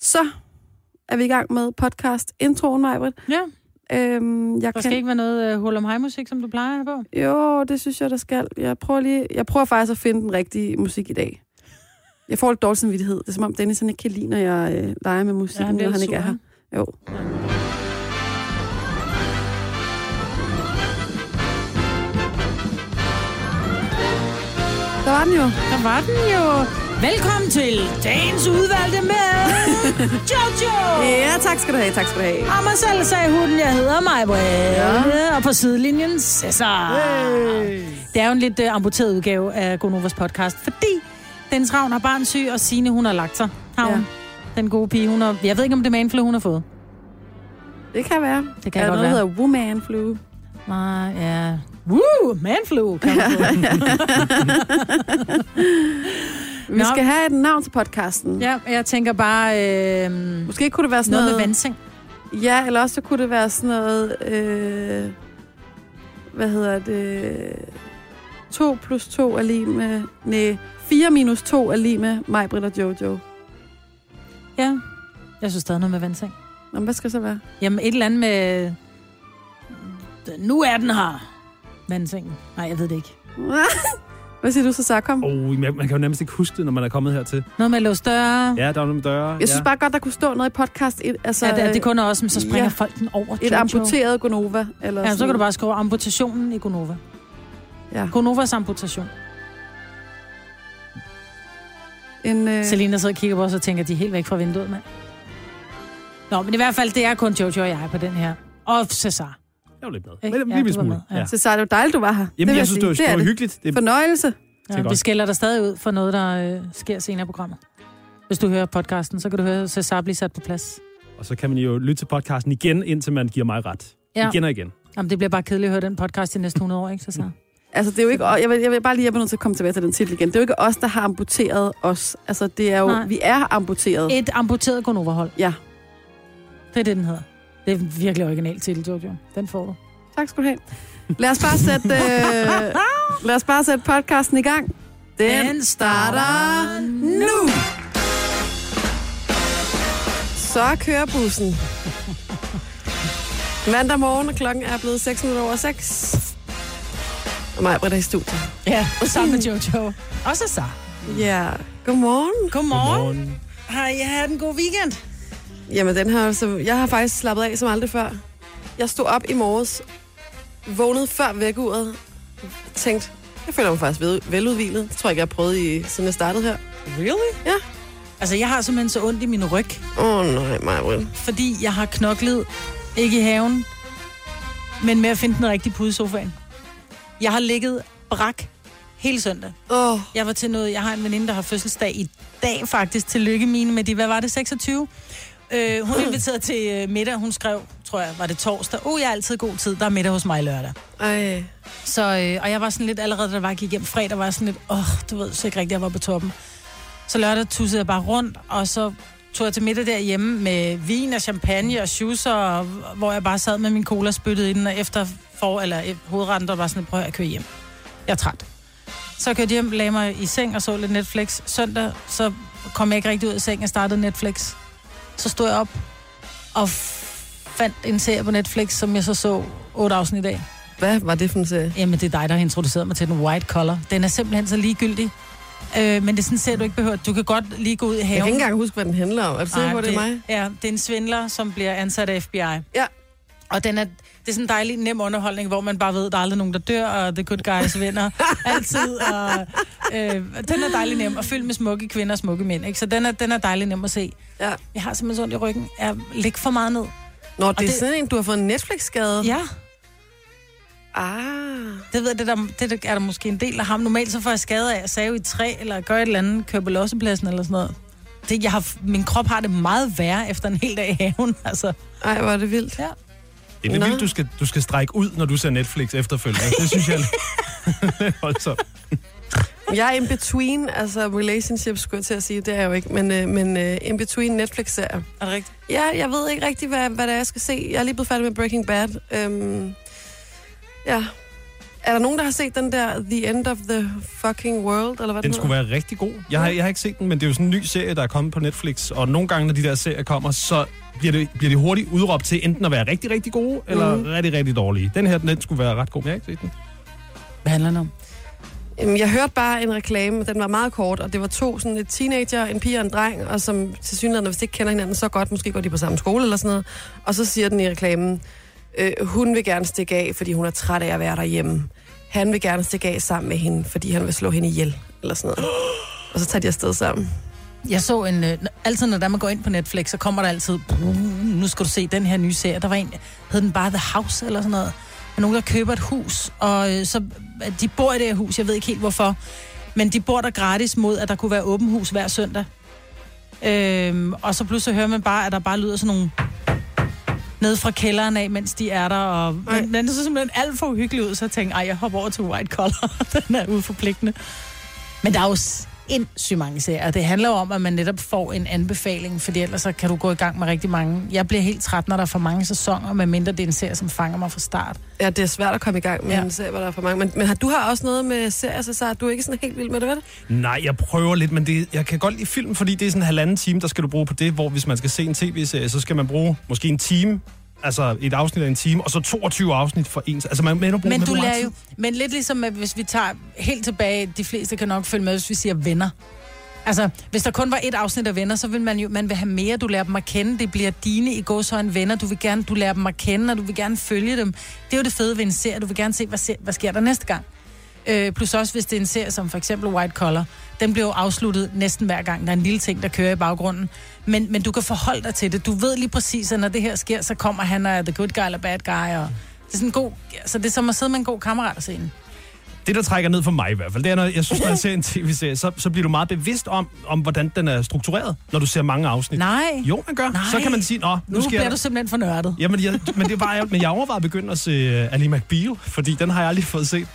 så er vi i gang med podcast introen, Majbrit. Ja. Øhm, jeg Der kan... skal ikke være noget uh, hul om musik som du plejer her på. Jo, det synes jeg, der skal. Jeg prøver, lige... jeg prøver faktisk at finde den rigtige musik i dag. Jeg får lidt dårlig samvittighed. Det er som om Dennis han ikke kan lide, når jeg øh, leger med musikken, ja, bliver når han lidt ikke er sur, her. Jo. Der var den jo. Der var den jo. Velkommen til dagens udvalgte med Jojo. Ja, tak skal du have, tak skal du have. Og mig selv sagde hunden, jeg hedder mig, ja. Og på sidelinjen, Cæsar. Hey. Det er jo en lidt uh, amputeret udgave af Gonovas podcast, fordi Dennis Ravn har barnsyg, og Signe, hun har lagt sig. Har hun? Ja. Den gode pige, hun har... Jeg ved ikke, om det er manflu, hun har fået. Det kan være. Det kan er der godt noget, være. der hedder woman flu. Nej, ja. Woo, manflu, kan man få. Vi Nå. skal have et navn til podcasten. Ja. Ja, jeg tænker bare... Øh, Måske kunne det være sådan noget noget... med vandseng. Ja, eller også så kunne det være sådan noget... Øh, hvad hedder det? 2 plus 2 er lige med... Nej, 4 minus 2 er lige med mig, Britt og Jojo. Ja. Jeg synes stadig noget med vandseng. Nå, men hvad skal det så være? Jamen, et eller andet med... Nu er den her. Vandsengen. Nej, jeg ved det ikke. hvad siger du så, Sarkom? Oh, man, man kan jo nærmest ikke huske det, når man er kommet hertil. Noget med at låse døre. Ja. Ja, der er nogle døre. Jeg synes ja. bare godt, der kunne stå noget i podcast. Et, altså, Ja, det, det kun er også, men så springer Ja. ja. folk den over. et Jojo. amputeret Gonova. Eller Ja, så sådan kan du bare skrive amputationen i Gonova. Ja. Gonovas amputation. En, øh, Selina sidder og kigger på os og tænker, de er helt væk fra vinduet, mand. Nå, men i hvert fald, det er kun Jojo og jeg på den her. Og Cesar. Jeg var lidt med. Ikke? Men Ja, ja, du lidt var smule. med, ja. Ja. så er det jo dejligt, du var her. vil Jamen, jeg sige. synes, det var, det var hyggeligt. Det, Fornøjelse. Det er Ja, vi godt. skælder dig stadig ud for noget, der øh, sker senere i programmet. Hvis du hører podcasten, så kan du høre Cesar blive sat på plads. og så kan man jo lytte til podcasten igen, indtil man giver mig ret. Ja. Ja. Igen og igen. Jamen, det bliver bare kedeligt at høre den podcast i næste 100 år, ikke, Cesar? Altså, det er jo ikke... Jeg vil, jeg vil bare lige, jeg er nødt til at komme tilbage til den titel igen. Det er jo ikke os, der har amputeret os. Altså, det er jo... Nej. Vi er amputeret. Et amputeret gonoverhold. Ja. Det er det, den hedder. Det er virkelig original titel, Jojo. Den får du. Tak skal du have. Lad os bare sætte, øh, lad os bare sætte podcasten i gang. Den, Den den starter starter nu! Så kører bussen. Mandag morgen, og klokken er blevet 6 minutter over 6. Og mig, Britta, i studiet. Ja, sammen med Jojo. Og Cesar. Ja, godmorgen. Godmorgen. Morgen. Har I haft en god weekend? Jamen, den her, så jeg har faktisk slappet af som aldrig før. Jeg stod op i morges, vågnede før vækkeuret, tænkte, jeg føler mig faktisk ved, veludvilet. Det tror jeg ikke, jeg har prøvet, i, siden jeg startede her. Really? Ja. Altså, jeg har simpelthen så ondt i min ryg, Åh oh, nej, Marvel. fordi jeg har knoklet, ikke i haven, men med at finde den rigtige pude i sofaen. Jeg har ligget brak hele søndag. Åh, oh, Jeg var til noget, jeg har en veninde, der har fødselsdag i dag faktisk. Tillykke mine med de, hvad var det, 26? Øh, hun inviterede til øh, middag, hun skrev, tror jeg, var det torsdag. Oh, jeg er altid god tid, der er middag hos mig lørdag. ej. Så, øh, og jeg var sådan lidt, allerede da det var, jeg gik hjem fredag, var jeg sådan lidt, åh, oh, du ved så ikke rigtigt, jeg var på toppen. Så lørdag tussede jeg bare rundt, og så tog jeg til middag derhjemme med vin og champagne og schusser, og, hvor jeg bare sad med min cola spyttet i den, og efter for, eller øh, hovedretten, der var sådan, prøv at høre, jeg kører hjem. Jeg er træt. Så kørte jeg hjem, lagde mig i seng og så lidt Netflix. Søndag, så kom jeg ikke rigtig ud af sengen og startede Netflix. Så stod jeg op og f- fandt en serie på Netflix, som jeg så så otte afsnit i dag. Hvad var det for en serie? Jamen, det er dig, der har introduceret mig til den white collar. Den er simpelthen så ligegyldig. Øh, men det er sådan ser du ikke behøver. Du kan godt lige gå ud i haven. Jeg kan ikke engang huske, hvad den handler om. Er du sikker Ej, på, det er mig? Ja, det er en svindler, som bliver ansat af FBI. Ja. Og den er, det er sådan en dejlig, nem underholdning, hvor man bare ved, at der er aldrig nogen, der dør, og the good guys vinder altid. Og, øh, den er dejlig nem, og fyldt med smukke kvinder og smukke mænd. Ikke? Så den er, den er dejlig nem at se. ja. Jeg har simpelthen så ondt i ryggen. Jeg ligger for meget ned. Nå, det, det er det- sådan en, du har fået en Netflix-skade. Ja. Ah. Det ved jeg, det, der, det der, er der måske en del af ham. Normalt så får jeg skade af at save i et træ, eller gøre et eller andet, købe lossepladsen eller sådan noget. Det, jeg har, min krop har det meget værre efter en hel dag i haven, altså. Ej, hvor er det vildt. Ja. Det er lidt Nå. vildt, du skal, du skal strække ud, når du ser Netflix efterfølgende. Det synes jeg er voldsomt. Jeg er in between, altså relationship skulle jeg til at sige, det er jeg jo ikke, men, øh, men øh, in between Netflix-serier. Er det rigtigt? Ja, jeg ved ikke rigtig, hvad, hvad det er, jeg skal se. Jeg er lige blevet færdig med Breaking Bad. Øhm, ja, Er der nogen, der har set den der The End of the Fucking World, eller hvad Den den skulle være rigtig god. Jeg har, jeg har ikke set den, men det er jo sådan en ny serie, der er kommet på Netflix. Og nogle gange, når de der serier kommer, så bliver, det, bliver de hurtigt udråbt til enten at være rigtig, rigtig gode, eller Mhm. rigtig, rigtig dårlige. Den her, den, den skulle være ret god, men jeg har ikke set den. Hvad handler den om? Jamen, jeg hørte bare en reklame, den var meget kort, og det var to sådan et teenager, en pige og en dreng, og som til synligheden, hvis de ikke kender hinanden så godt, måske går de på samme skole eller sådan noget, og så siger den i reklamen, øh, hun vil gerne stikke af, fordi hun er træt af at være derhjemme. Han vil gerne stikke af sammen med hende, fordi han vil slå hende ihjel, eller sådan noget. Og så tager de afsted sammen. Jeg så en... Øh, altid, når der man går ind på Netflix, så kommer der altid... "Brum, Nu skal du se den her nye serie. Der var en... Hed den bare The House eller sådan noget? Men nogen, der køber et hus, og øh, så... at De bor i det her hus, jeg ved ikke helt hvorfor. Men de bor der gratis mod, at der kunne være åben hus hver søndag. Øhm, og så pludselig hører man bare, at der bare lyder sådan nogle ned fra kælderen af, mens de er der. Og, Ej. men, men det så simpelthen alt for uhyggeligt ud, så jeg tænkte, ej, jeg hopper over til White Collar. Den er uforpligtende. Men der er jo sindssygt mange serier, og det handler jo om, at man netop får en anbefaling, fordi ellers så kan du gå i gang med rigtig mange. Jeg bliver helt træt, når der er for mange sæsoner, medmindre det er en serie, som fanger mig fra start. Ja, det er svært at komme i gang med Ja. ja. en serie, hvor der er for mange. Men, men har- du har også noget med serier, Cesar. Du er ikke sådan helt vild med det, vel? Nej, jeg prøver lidt, men det, jeg kan godt lide film, fordi det er sådan en halvanden time, der skal du bruge på det, hvor hvis man skal se en tv-serie, så skal man bruge måske en time, altså et afsnit af en time, og så 22 afsnit for en. Altså man ender Men du lader jo, men lidt ligesom, at hvis vi tager helt tilbage, de fleste kan nok følge med, hvis vi siger venner. Altså, hvis der kun var et afsnit af venner, så vil man jo, man vil have mere, du lærer dem at kende, det bliver dine i gåsøjne venner, du vil gerne, du lærer dem at kende, og du vil gerne følge dem. Det er jo det fede ved en serie, du vil gerne se, hvad, se, hvad sker der næste gang. Øh, plus også, hvis det er en serie som for eksempel White Collar, den bliver jo afsluttet næsten hver gang, der er en lille ting, der kører i baggrunden. Men, men du kan forholde dig til det. Du ved lige præcis, at når det her sker, så kommer han og er the good guy eller bad guy. Og det er sådan en god, så det er som at sidde med en god kammerat og se den. Det, der trækker ned for mig i hvert fald, det er, når jeg synes, når jeg ser en tv-serie, så, så bliver du meget bevidst om, om, hvordan den er struktureret, når du ser mange afsnit. Nej, jo, Jo, man gør. Nej. Så kan man sige, nå, nu, nu, nu skal bliver jeg... du simpelthen for nørdet. Jamen, jeg, men det var jeg, men jeg overvejede at begynde at se øh, Ali McBeal, fordi den har jeg aldrig fået set.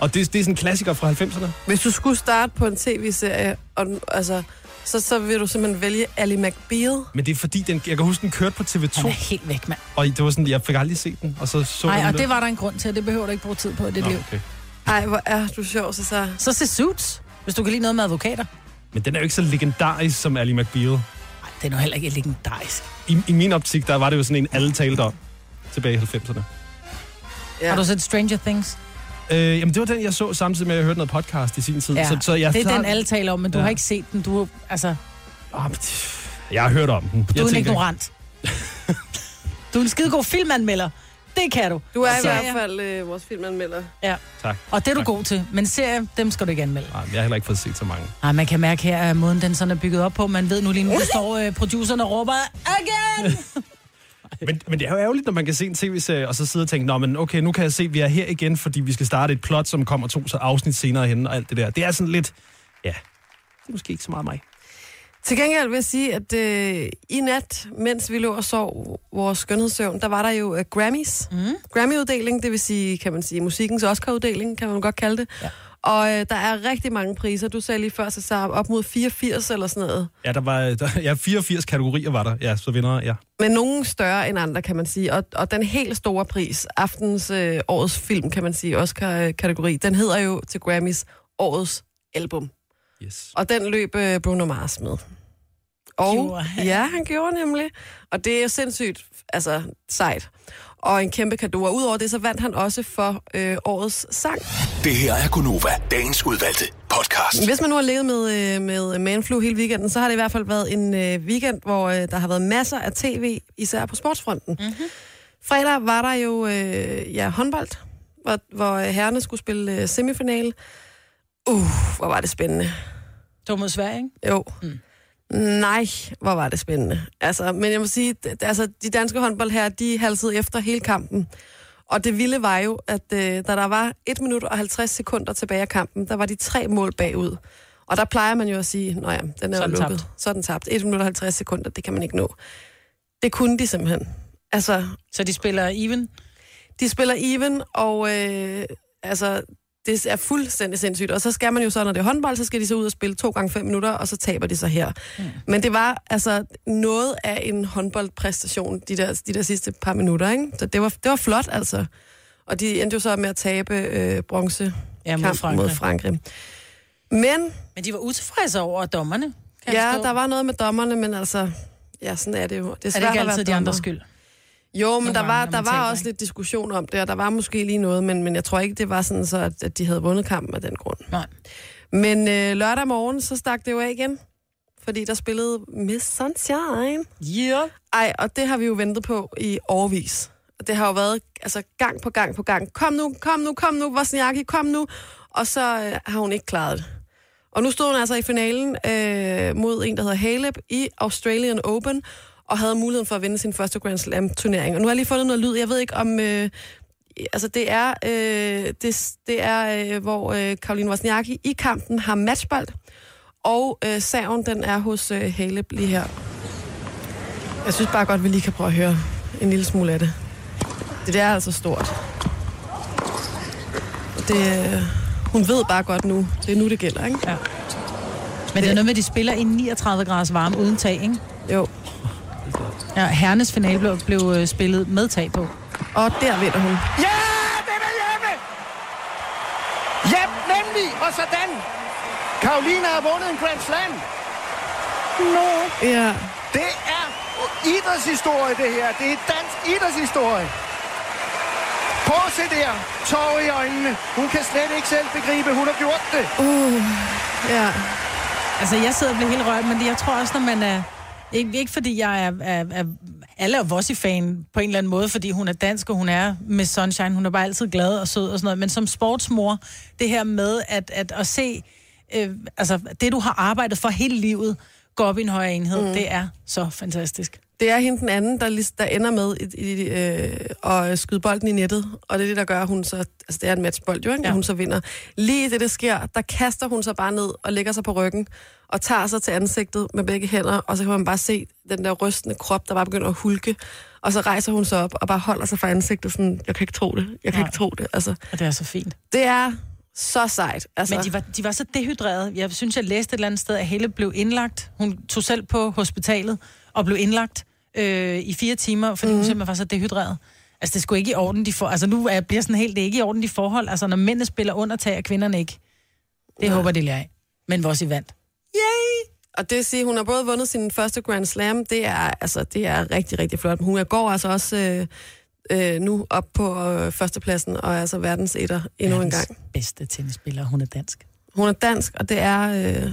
Og det, det er sådan en klassiker fra 90'erne. Hvis du skulle starte på en tv-serie, og, den- altså, så, så vil du simpelthen vælge Ali McBeal. Men det er fordi, den, jeg kan huske, den kørte på Han er TV2, helt væk, mand. og det var sådan, jeg fik aldrig set den, og så så Nej, den og der. det var der en grund til, og det behøver du ikke bruge tid på i dit Nå, liv. okay. Ej, hvor er du sjov, Cesar. Så se Suits, hvis du kan lide noget med advokater. Men den er jo ikke så legendarisk som Ali McBeal. Nej, det er nu heller ikke legendarisk. I, I min optik, der var det jo sådan en, alle talte om tilbage i 90'erne. Ja. Har du set Stranger Things? Øh, jamen, det var den, jeg så samtidig med, at jeg hørte noget podcast i sin tid. Ja, Så, så jeg, det er så, den, alle taler om, men du Ja. har ikke set den. Du, er- altså, Ah, men det- Jeg har hørt om den. du jeg er en tænker- ignorant. du er en skidegod filmanmelder. Det kan du. Du er i Serier. hvert fald øh, vores filmanmelder. Tak. Og det er du Tak. god til. Men serier, dem skal du ikke anmelde. Nej, men jeg har heller ikke fået set så mange. Ej, man kan mærke her, at måden den sådan er bygget op på. Man ved nu lige nu, der står øh, producerne og råber, again! Men, men det er jo ærgerligt, når man kan se en tv-serie, og så sidde og tænke, nå, men okay, nu kan jeg se, at vi er her igen, fordi vi skal starte et plot, som kommer to så afsnit senere hen, og alt det der. Det er sådan lidt, ja, det er måske ikke så meget mig. Til gengæld vil jeg sige, at øh, i nat, mens vi lå og sov vores skønhedssøvn, der var der jo øh, Grammys. Mm. Grammy-uddeling, det vil sige, kan man sige, musikkens Oscar-uddeling, kan man godt kalde det. Ja. Ja. Og øh, der er rigtig mange priser. Du sagde lige før, Cesar, op mod 84 eller sådan noget. Ja, der var der, ja, 84 kategorier var der. Ja, så vinder ja. Men nogen større end andre, kan man sige. Og, og den helt store pris, aftens øh, årets film, kan man sige, Oscar-kategori, den hedder jo til Grammys årets album. Yes. Og den løb øh, Bruno Mars med. Og, Gjorde han? Ja, han gjorde nemlig. Og det er jo sindssygt altså, sejt. Og en kæmpe gave. Og udover det, så vandt han også for øh, årets sang. Det her er Gonova, dagens udvalgte podcast. Hvis man nu har levet med, øh, med Manflu hele weekenden, så har det i hvert fald været en øh, weekend, hvor øh, der har været masser af tv, især på sportsfronten. Mhm. Mm-hmm. Fredag var der jo øh, ja, håndbold, hvor, hvor øh, herrerne skulle spille øh, semifinale. Uh, hvor var det spændende. Du mod Sverige, ikke? Jo. Mm. Nej, hvor var det spændende. Altså, men jeg må sige, d- altså, de danske håndbold her, de halsede efter hele kampen. Og det vilde var jo, at øh, da der var 1 minut og 50 sekunder tilbage af kampen, der var de tre mål bagud. Og der plejer man jo at sige, nå ja, den er Så er jo den lukket. tabt." Så er den tabt. 1 minut og 50 sekunder, det kan man ikke nå. Det kunne de simpelthen. Altså, Så de spiller even. de spiller even, og øh, altså, det er fuldstændig sindssygt. Og så skal man jo så, når det er håndbold, så skal de så ud og spille to gange fem minutter, og så taber de så her. Mm. Men det var altså noget af en håndboldpræstation, de der, de der sidste par minutter, ikke? Så det var, det var flot, altså. Og de endte jo så med at tabe øh, bronze Ja, mod kamp Frankrig. mod Frankrig. Men Men de var utilfredse over dommerne. Kan jeg ja, forstå. der var noget med dommerne, men altså... Ja, sådan er det jo. Det er, er svært det ikke at være altid de dommer. andres skyld? Jo, men Nogle der gange, var, når der man var taber, også ikke? lidt diskussion om det, og der var måske lige noget, men, men jeg tror ikke, det var sådan så, at, at de havde vundet kampen af den grund. Nej. Men øh, lørdag morgen, så stak det jo af igen, fordi der spillede Miss Sunshine. Yeah. Ej, og det har vi jo ventet på i årvis. Og det har jo været altså, gang på gang på gang. Kom nu, kom nu, kom nu, Vosniaki, kom nu. Og så øh, har hun ikke klaret det. Og nu stod hun altså i finalen øh, mod en, der hedder Haleb i Australian Open, og havde muligheden for at vinde sin første Grand Slam-turnering. Og nu har jeg lige fundet noget lyd. Jeg ved ikke om... Øh, altså, det er, øh, det, det er øh, hvor øh, Karoline Wozniacki i kampen har matchbold, og øh, saven, den er hos øh, Haleb lige her. Jeg synes bare godt, vi lige kan prøve at høre en lille smule af det. Det der er altså stort. Det, øh, hun ved bare godt nu. Det er nu, det gælder, ikke? Men det er noget med, at de spiller i 39 graders varme uden tag, ikke? Jo. Ja, herrenes finale blev, blev øh, spillet med tag på. Og der vinder hun. Ja, det vil hjemme! Hjem nemlig, og sådan! Karolina har vundet en Grand Slam. No. Ja. Det er idrætshistorie, det her. Det er dansk idrætshistorie. Prøv at se der. Tår i øjnene. Hun kan slet ikke selv begribe, hun har gjort det. Uh, ja. Altså, jeg sidder og bliver helt rørt, men jeg tror også, når man er... Ikke, ikke fordi jeg er, er, er alle er Vossi-fan på en eller anden måde, fordi hun er dansk, og hun er med Sunshine. Hun er bare altid glad og sød og sådan noget. Men som sportsmor, det her med at, at, at se øh, altså, det, du har arbejdet for hele livet, gå op i en højere enhed, mm. det er så fantastisk. Det er hende den anden, der, lige, der ender med i, i, øh, at skyde bolden i nettet. Og det er det, der gør, at hun så... Altså, det er en matchbold, jo, ikke? Ja. Ja. hun så vinder. Lige det, der sker, der kaster hun sig bare ned og lægger sig på ryggen og tager sig til ansigtet med begge hænder, og så kan man bare se den der rystende krop, der bare begynder at hulke. Og så rejser hun sig op og bare holder sig fra ansigtet sådan, jeg kan ikke tro det, jeg kan Nej. ikke tro det. Altså, Og det er så fint. det er så sejt. Altså, Men de var, de var så dehydrerede. Jeg synes, jeg læste et eller andet sted, at Helle blev indlagt. Hun tog selv på hospitalet og blev indlagt øh, i fire timer, fordi mm. hun simpelthen var så dehydreret. Altså, det skulle ikke i orden, de for... Altså, nu er, bliver sådan helt, det er ikke i orden, de forhold. Altså, når mændene spiller under, tager kvinderne ikke. Det ja. håber de lærer af. Men vores i vandt. Og det vil sige, hun har både vundet sin første Grand Slam, det er, altså, det er rigtig, rigtig flot. Men hun går altså også øh, øh, nu op på øh, førstepladsen og er altså verdens etter endnu en gang. bedste tennisspiller, hun er dansk. Hun er dansk, og det er... Øh,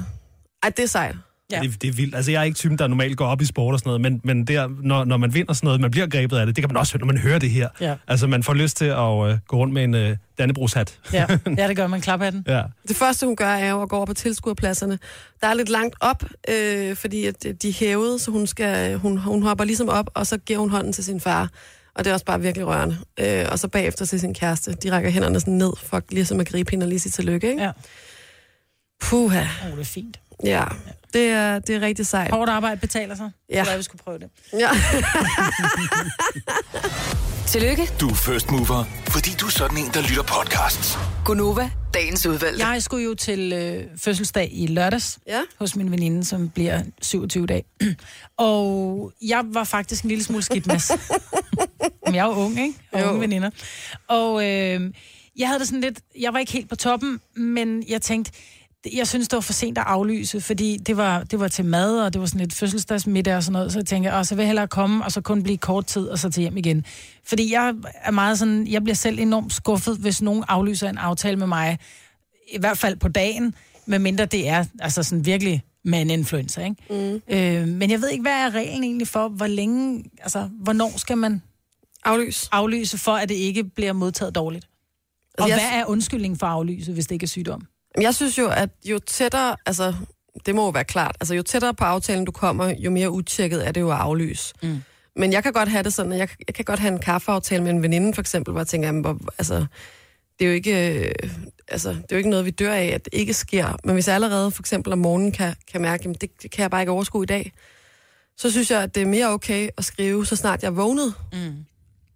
ej, det er sejt. Ja. Ja. Det, det er vildt. Altså, jeg er ikke typen, der normalt går op i sport og sådan noget, men, men der, når, når man vinder sådan noget, man bliver grebet af det, det kan man også høre, når man hører det her. Ja. Altså, man får lyst til at øh, gå rundt med en øh, Dannebrogshat. Ja, ja det gør man. Klap af den. Ja. Det første, hun gør, er jo at gå over på tilskuerpladserne. Der er lidt langt op, øh, fordi at de er hævet, så hun, skal, hun, hun hopper ligesom op, og så giver hun hånden til sin far. Og det er også bare virkelig rørende. Øh, og så bagefter til sin kæreste. De rækker hænderne sådan ned, for ligesom at gribe hende og lige sige tillykke, ikke? Ja. Puha. Oh, det er fint. Ja, det er, det er rigtig sejt. Hårdt arbejde betaler sig. Ja. Jeg vi skulle prøve det. Ja. Tillykke, Du er first mover, fordi du er sådan en, der lytter podcasts. Gunova, dagens udvalgte. Jeg skulle jo til øh, fødselsdag i lørdags Ja. hos min veninde, som bliver 27 dag. og jeg var faktisk en lille smule skidt med. Men jeg er jo ung, ikke? Og Jo. unge veninder. Og øh, jeg havde det sådan lidt... Jeg var ikke helt på toppen, men jeg tænkte... Jeg synes, det var for sent at aflyse, fordi det var, det var til mad, og det var sådan lidt fødselsdagsmiddag og sådan noget. Så jeg tænkte, åh, så vil jeg hellere komme, og så kun blive kort tid, og så til hjem igen. Fordi jeg er meget sådan, jeg bliver selv enormt skuffet, hvis nogen aflyser en aftale med mig i hvert fald på dagen, medmindre det er altså sådan virkelig med en influencer, ikke? Mm. Øh, men jeg ved ikke, hvad er reglen egentlig for, hvor længe, altså, hvornår skal man Aflys. aflyse for, at det ikke bliver modtaget dårligt? Og Altså, jeg- hvad er undskyldningen for at aflyse, hvis det ikke er sygdom? Jeg synes jo, at jo tættere, altså det må jo være klart, altså jo tættere på aftalen du kommer, jo mere utjekket er det jo at aflyse. Mm. Men jeg kan godt have det sådan, at jeg, jeg kan godt have en kaffeaftale med en veninde for eksempel, hvor jeg tænker, jamen, hvor, altså, det er jo ikke, øh, altså, det er jo ikke noget, vi dør af, at det ikke sker. Men hvis jeg allerede for eksempel om morgenen kan, kan mærke, jamen, det, det kan jeg bare ikke overskue i dag, så synes jeg, at det er mere okay at skrive, så snart jeg er vågnet. Mm.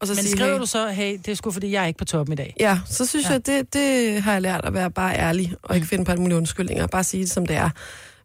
Og så Men sige, skriver hey. du så, hey, det er sgu fordi, jeg er ikke på toppen i dag. Ja, så synes ja. jeg, det, det har jeg lært at være bare ærlig, og Mm. ikke finde på alle mulige undskyldninger, bare sige det, som det er.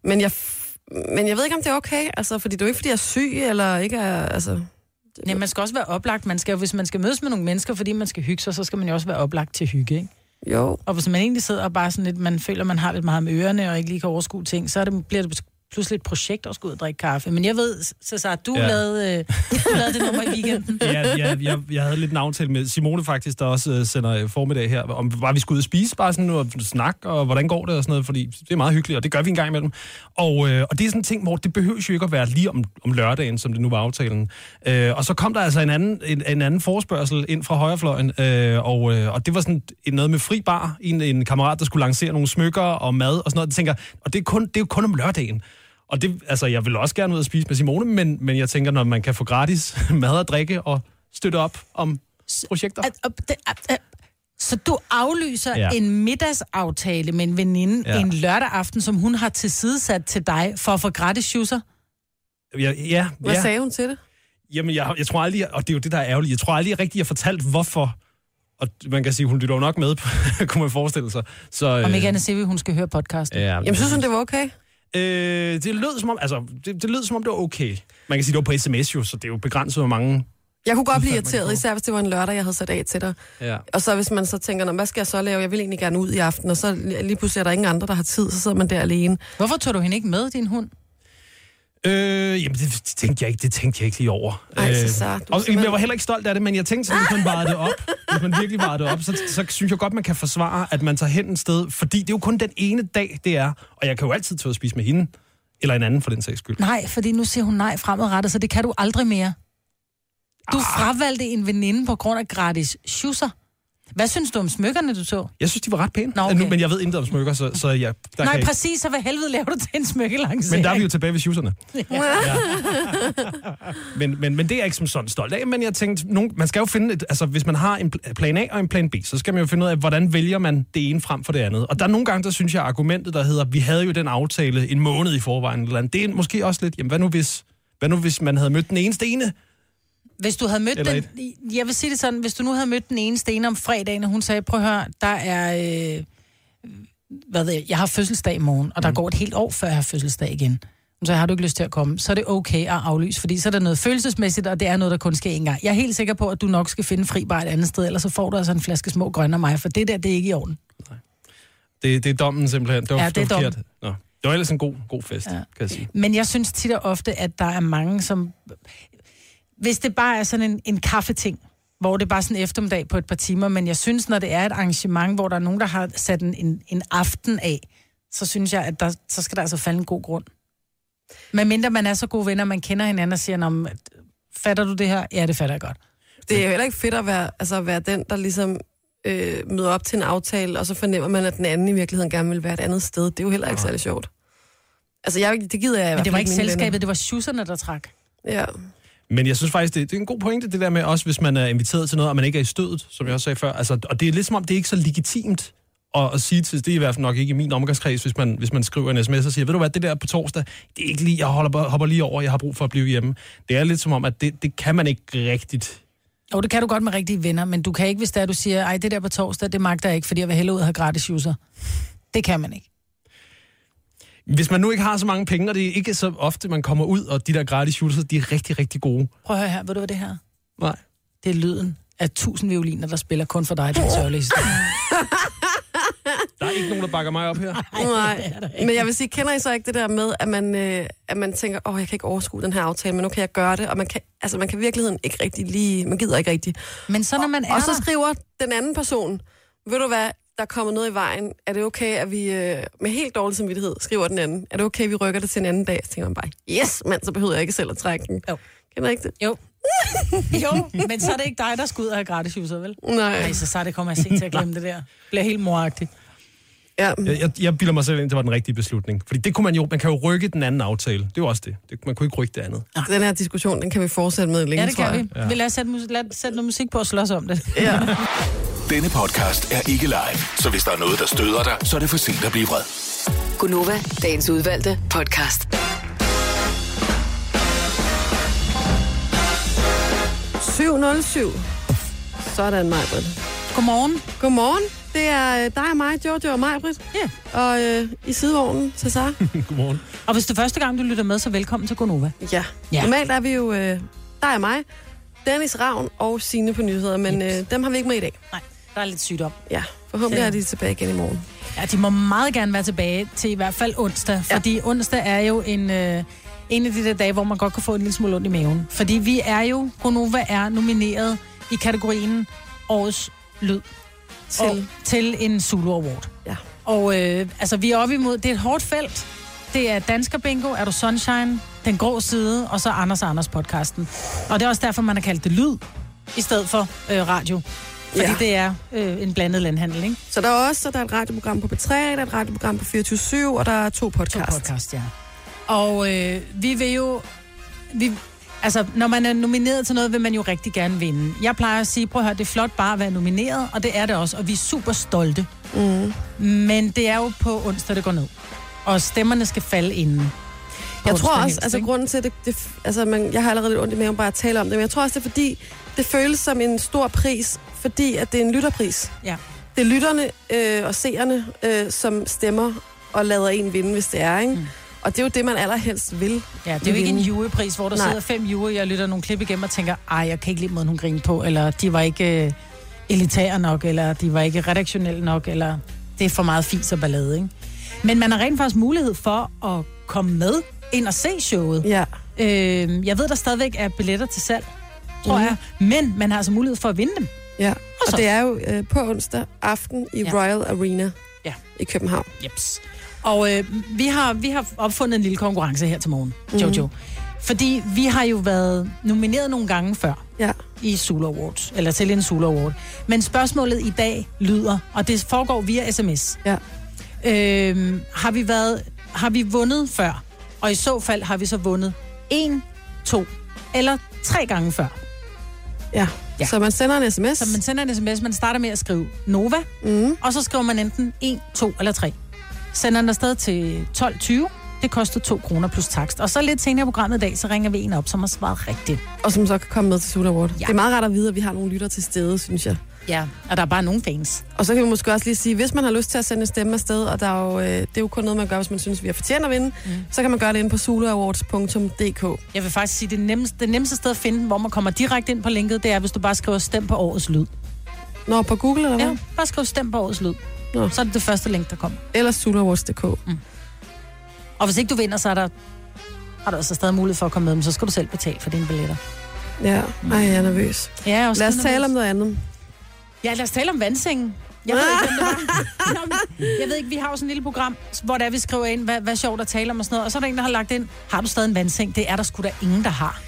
Men jeg, f- men jeg ved ikke, om det er okay, altså, fordi det er jo ikke, fordi jeg er syg, eller ikke er, altså, Det, Nej, man skal også være oplagt. Man skal, jo- hvis man skal mødes med nogle mennesker, fordi man skal hygge sig, så skal man jo også være oplagt til hygge, ikke? jo. Og hvis man egentlig sidder og bare sådan lidt, man føler, man har lidt meget med ørerne og ikke lige kan overskue ting, så er det, bliver det pludselig et projekt at skulle ud og drikke kaffe. Men jeg ved, Cesar, du, Ja. ja. lavede, øh, du lavede det nummer i weekenden. ja, ja, jeg, jeg havde lidt en aftale med Simone faktisk, der også øh, sender øh, formiddag her, om var vi skulle ud og spise bare sådan og snakke, og hvordan går det og sådan noget, fordi det er meget hyggeligt, og det gør vi en gang imellem. Og, øh, og det er sådan en ting, hvor det behøver jo ikke at være lige om, om lørdagen, som det nu var aftalen. Øh, og så kom der altså en anden, en, en anden forspørgsel ind fra højrefløjen, øh, og, øh, og det var sådan noget med fri bar, en, en kammerat, der skulle lancere nogle smykker og mad og sådan noget. Jeg tænker, og det er, kun, det er jo kun om lørdagen. Og det, altså, jeg vil også gerne ud og spise med Simone, men, men jeg tænker, når man kan få gratis mad og drikke og støtte op om projekter. At, at, at, at, at, så du aflyser Ja. ja. en middagsaftale med en veninde Ja. ja. en lørdag aften, som hun har tilsidesat til dig for at få gratis shoeser? Ja, ja, Hvad ja. sagde hun til det? Jamen, jeg, jeg tror aldrig, og det er jo det, der er ærgerligt, jeg tror aldrig rigtigt, jeg har fortalt, hvorfor. Og man kan sige, hun lytter jo nok med, kunne man forestille sig. Så, øh, Om ikke andet ser vi, hun skal høre podcasten. Ja, Jamen, synes hun, det var okay? øh, det lød som om, altså, det, det lød som om, det var okay. Man kan sige, det var på sms jo, så det er jo begrænset, hvor mange... Jeg kunne godt blive Synes, at man irriteret, går. især hvis det var en lørdag, jeg havde sat af til dig. Ja. Og så hvis man så tænker, "Nå, hvad skal jeg så lave? Jeg vil egentlig gerne ud i aften, og så li- lige pludselig er der ingen andre, der har tid, så sidder man der alene. Hvorfor tog du hende ikke med, din hund? Øh, jamen, det, det tænkte jeg ikke, det tænkte jeg ikke lige over. Ej, Øh, Cesar, du er og, simpelthen- Jeg var heller ikke stolt af det, men jeg tænkte, så hvis man varede det op, hvis man virkelig varede det op, så, så synes jeg godt, man kan forsvare, at man tager hen et sted, fordi det er jo kun den ene dag, det er, og jeg kan jo altid tage ud og spise med hende, eller en anden for den sags skyld. Nej, fordi nu siger hun nej fremadrettet, så det kan du aldrig mere. Ah. Du fravalgte en veninde på grund af gratis schusser. Hvad synes du om smykkerne, du så? Jeg synes, de var ret pæne, Øh, Nå, okay. nu, men jeg ved intet om smykker, så, så jeg, der nej, kan jeg, præcis, så hvad helvede laver du til en men smykkelancering? der er vi jo tilbage ved shoeserne. Men, men, men det er jeg ikke som sådan stolt af, men jeg tænkte, nogen, man skal jo finde et, altså hvis man har en pl- plan A og en plan B, så skal man jo finde ud af, hvordan vælger man det ene frem for det andet. Og der er nogle gange, der synes jeg, argumentet, der hedder, vi havde jo den aftale en måned i forvejen, eller andet, det er måske også lidt, jamen hvad nu hvis, hvad nu hvis man havde mødt den eneste ene? Hvis du havde mødt Eller den... Jeg vil sige det sådan, hvis du nu havde mødt den ene stene om fredagen, og hun sagde, prøv at høre, der er... Øh, hvad ved jeg, jeg har fødselsdag i morgen, og der går et helt år, før jeg har fødselsdag igen. Så har du ikke lyst til at komme, så er det okay at aflyse, fordi så er der noget følelsesmæssigt, og det er noget, der kun sker en gang. Jeg er helt sikker på, at du nok skal finde fri bar et andet sted, ellers så får du altså en flaske små grønne af mig, for det der, det er ikke i orden. Det, det er dommen simpelthen, det var, Ja, det er var dommen. forkert. Nå. Det var ellers en god, god fest, ja. kan jeg sige. Men jeg synes tit og ofte, at der er mange, som... Hvis det bare er sådan en, en kaffeting, hvor det bare er sådan en eftermiddag på et par timer, men jeg synes, når det er et arrangement, hvor der er nogen, der har sat en, en, en aften af, så synes jeg, at der, så skal der altså falde en god grund. Men mindre man er så gode venner, man kender hinanden og siger, "Nå, men, fatter du det her? Ja, det fatter jeg godt. Det er jo heller ikke fedt at være, altså, at være den, der ligesom øh, møder op til en aftale, og så fornemmer man, at den anden i virkeligheden gerne vil være et andet sted. Det er jo heller ikke særlig sjovt. Altså, jeg, det gider jeg i hvert Men det fald var ikke mine selskabet, det var sjusserne, der trak. venner. Ja. Men jeg synes faktisk, det, det er en god pointe, det der med også, hvis man er inviteret til noget, og man ikke er i stødet, som jeg også sagde før. Altså, og det er lidt som om, det er ikke så legitimt at, at sige til, det er i hvert fald nok ikke i min omgangskreds, hvis man, hvis man skriver en sms og siger, ved du hvad, det der på torsdag, det er ikke lige, jeg holder, bare- hopper lige over, jeg har brug for at blive hjemme. Det er lidt som om, at det, det kan man ikke rigtigt. Jo, det kan du godt med rigtige venner, men du kan ikke, hvis det er, du siger, ej, det der på torsdag, det magter jeg ikke, fordi jeg vil hellere ud og have gratis user. Det kan man ikke. Hvis man nu ikke har så mange penge, og det er ikke så ofte, man kommer ud, og de der gratis juleser, de er rigtig, rigtig gode. Prøv at høre her, ved du hvad det her? Nej. Det er lyden af tusind violiner, der spiller kun for dig, den sørgelige historie. Der er ikke nogen, der bakker mig op her. Nej, men jeg vil sige, kender I så ikke det der med, at man, øh, at man tænker, åh, jeg kan ikke overskue den her aftale, men nu kan jeg gøre det, og man kan, altså, man kan i virkeligheden ikke rigtig lige, man gider ikke rigtig. Men så når man er Og så der, skriver den anden person, ved du hvad, der er kommet noget i vejen, er det okay, at vi øh, med helt dårlig samvittighed skriver den anden, er det okay, vi rykker det til en anden dag, så tænker man bare, yes, mand, så behøver jeg ikke selv at trække den. Jo. Kender I ikke det? Jo. jo, men så er det ikke dig, der skal ud og have gratis user, vel? Nej. Nej, så så er det kommer jeg sent til at glemme det der. Bliver helt moragtig. Ja. Jeg, jeg, jeg bilder mig selv ind, det var den rigtige beslutning. Fordi det kunne man jo, man kan jo rykke den anden aftale. Det er jo også det. det man kunne ikke rykke det andet. Den her diskussion, den kan vi fortsætte med længe, Ja, det tror jeg. kan vi. Vi lader sætte, mus- lad os sætte noget musik på og slås om det. Ja. Denne podcast er ikke live, så hvis der er noget, der støder dig, så er det for sent at blive vred. Gunova, dagens udvalgte podcast. vi. 7.07. Sådan, Majbrit. Godmorgen. Godmorgen. Det er øh, dig og mig, Jojo og mig, Britt. Ja. Og øh, i sidevognen, Cesar. Godmorgen. Og hvis det er første gang, du lytter med, så velkommen til Gonova. ja. Ja. Normalt er vi jo øh, dig og mig, Dennis Ravn og Sine på nyheder, men Jeps. øh, dem har vi ikke med i dag. Nej, der er lidt sygdom. Ja, forhåbentlig Ja. er de tilbage igen i morgen. Ja, de må meget gerne være tilbage til i hvert fald onsdag, Ja. fordi onsdag er jo en, øh, en af de der dage, hvor man godt kan få en lille smule ondt i maven. Fordi vi er jo, Gonova er nomineret i kategorien Årets Lyd Til. Og, til en Zulu Award. Ja. Og øh, altså, vi er oppe imod, det er et hårdt felt. Det er Dansker Bingo, Er du Sunshine, Den Grå Side, og så Anders og Anders podcasten. Og det er også derfor, man har kaldt det lyd, i stedet for øh, radio. Fordi Ja. ja. det er øh, en blandet landhandel, ikke? Så der er også så der er et radioprogram på P3, der er et radioprogram på 24 og der er to To podcasts. podcast, ja. Og øh, vi vil jo... Vi, altså, når man er nomineret til noget, vil man jo rigtig gerne vinde. Jeg plejer at sige, prøv at høre, det er flot bare at være nomineret, og det er det også, og vi er super stolte. Mm. Men det er jo på onsdag, det går ned. Og stemmerne skal falde inden. På Jeg tror onsdag også, helst, altså ikke? grunden til, at det, det altså, man, jeg har allerede lidt ondt i maven bare at tale om det, men jeg tror også, det er fordi, det føles som en stor pris, fordi at det er en lytterpris. Ja. Det er lytterne øh, og seerne, øh, som stemmer og lader en vinde, hvis det er, ikke? Mm. Og det er jo det, man allerhelst vil. Ja, det er jo ikke en jurypris, hvor der Nej. Nej. sidder fem juryer og lytter nogle klip igennem og tænker, ej, jeg kan ikke lide måden, hun griner på, eller de var ikke øh, elitære nok, eller de var ikke redaktionelle nok, eller det er for meget fis og ballade, ikke? Men man har rent faktisk mulighed for at komme med ind og se showet. Ja. Øh, jeg ved, der stadigvæk er billetter til salg, tror Mhm. jeg, men man har altså mulighed for at vinde dem. ja. Og, så- det er jo øh, på onsdag aften i ja. Ja. Royal Arena Ja. i København. Jeps. Og øh, vi, har, vi har opfundet en lille konkurrence her til morgen, Mhm. Jojo. Mm. Fordi vi har jo været nomineret nogle gange før. Ja. i Sula Awards, eller til en Sula Award. Men spørgsmålet i dag lyder, og det foregår via sms. Ja. Øhm, har, vi været, har vi vundet før? Og i så fald har vi så vundet en, to eller tre gange før. Ja. ja. Ja. Så man sender en sms. Så man sender en sms, man starter med at skrive Nova, mm. og så skriver man enten 1, 2 eller 3. Sender den afsted til 12.20. Det koster 2 kroner plus takst. Og så lidt senere i programmet i dag, så ringer vi en op, som har svaret rigtigt. Og som så kan komme med til Sula Award. Ja. Ja. Det er meget rart at vide, at vi har nogle lytter til stede, synes jeg. Ja. Og der er bare nogle fans. Og så kan vi måske også lige sige, hvis man har lyst til at sende en stemme afsted, og der er jo, øh, det er jo kun noget, man gør, hvis man synes, vi har fortjent at vinde, mm. så kan man gøre det inde på zulaawards.dk. Jeg vil faktisk sige, det nemmeste, det nemmeste sted at finde den, hvor man kommer direkte ind på linket, det er, hvis du bare skriver stem på årets lyd. Nå, på Google eller hvad? Ja, bare skriv stem på årets lyd. Nå. Så er det det første link, der kommer. Eller zulaawards.dk. Mm. Og hvis ikke du vinder, så er der, har du altså stadig mulighed for at komme med, men så skal du selv betale for dine billetter. Ja, Ej, jeg er nervøs. Ja, jeg er også Lad os lidt tale om nervøs. noget andet. Ja, lad os tale om vandsengen. Jeg ved, ikke, hvem det var. Nå, men jeg ved ikke, vi har jo sådan et lille program, hvor der vi skriver ind, hvad, hvad er sjovt at tale om og sådan noget. Og så er der en, der har lagt ind, har du stadig en vandseng? Det er der sgu da ingen, der har.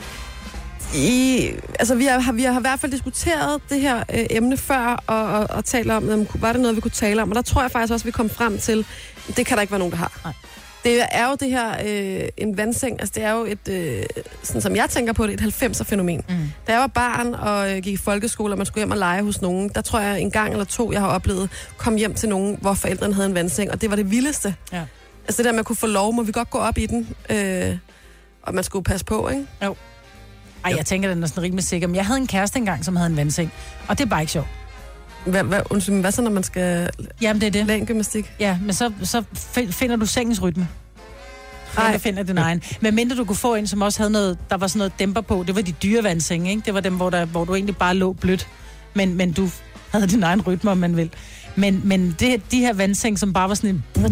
I, altså, vi har, vi har i hvert fald diskuteret det her øh, emne før, og, og, og talt om, jamen, var det noget, vi kunne tale om? Og der tror jeg faktisk også, vi kom frem til, det kan der ikke være nogen, der har. Nej. Det er jo det her, øh, en vandseng, altså det er jo et, øh, sådan som jeg tænker på det, et 90'er-fænomen. Mm. Da jeg var barn og øh, gik i folkeskole, og man skulle hjem og lege hos nogen, der tror jeg en gang eller to, jeg har oplevet, kom hjem til nogen, hvor forældrene havde en vandseng, og det var det vildeste. Ja. Altså det der med at kunne få lov, må vi godt gå op i den, øh, og man skulle passe på, ikke? Ej, jeg tænker, den er sådan rimelig sikker. Men jeg havde en kæreste engang, som havde en vandseng. Og det er bare ikke sjovt. Hvad, hvad, undskyld, men hvad så, når man skal Jamen, det er det. lave en gymnastik? Ja, men så, så fi- finder du sengens rytme. Ej. Nej. Jeg finder din egen. Men mindre du kunne få en, som også havde noget, der var sådan noget dæmper på. Det var de dyre vandsenge, ikke? Det var dem, hvor, der, hvor du egentlig bare lå blødt. Men, men du havde din egen rytme, om man vil. Men, men det, de her vandsenge, som bare var sådan en... Der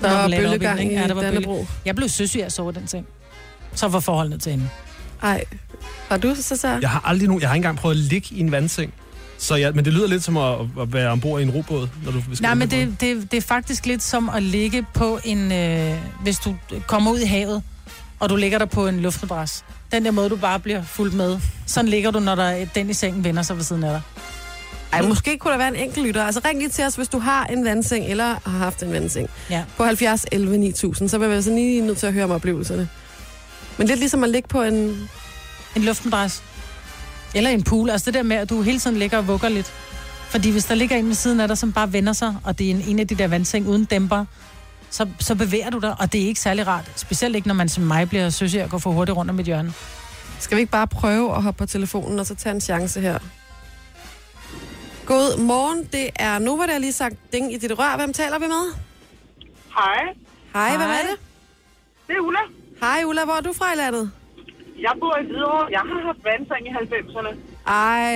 var Lavet op i den, bølgegang i ikke? ja, Ja, der var bølge. Dannebro. Jeg blev søsyg af at sove i den ting. Så var forholdene til hende. Ej, har du så så? Ja. Jeg har aldrig nogen, jeg har ikke engang prøvet at ligge i en vandseng. Så jeg, men det lyder lidt som at, at være ombord i en robåd, når du skal Nej, ud men på båden. det, det, det er faktisk lidt som at ligge på en... Øh, hvis du kommer ud i havet, og du ligger der på en luftmadras. Den der måde, du bare bliver fuldt med. Sådan ligger du, når der, den i sengen vender sig ved siden af dig. Ej, måske kunne der være en enkelt lytter. Altså ring lige til os, hvis du har en vandseng, eller har haft en vandseng. Ja. På 70 11 9000, så bliver vi sådan lige nødt til at høre om oplevelserne. Men lidt ligesom at ligge på en... En luftmadras. Eller en pool. Altså det der med, at du hele tiden ligger og vugger lidt. Fordi hvis der ligger en ved siden af dig, som bare vender sig, og det er en, en af de der vandseng uden dæmper, så, så bevæger du dig, og det er ikke særlig rart. Specielt ikke, når man som mig bliver søsyg og går for hurtigt rundt om et hjørne. Skal vi ikke bare prøve at hoppe på telefonen, og så tage en chance her? God morgen, det er Nova, der har lige sagt ding i dit rør. Hvem taler vi med? Hej, Hej, Hej. hvad Hej. er det? det er Ulla. Hej Ulla, hvor er du fra i landet? Jeg bor i Hvidovre. Jeg har haft vandseng i 90'erne, Ej,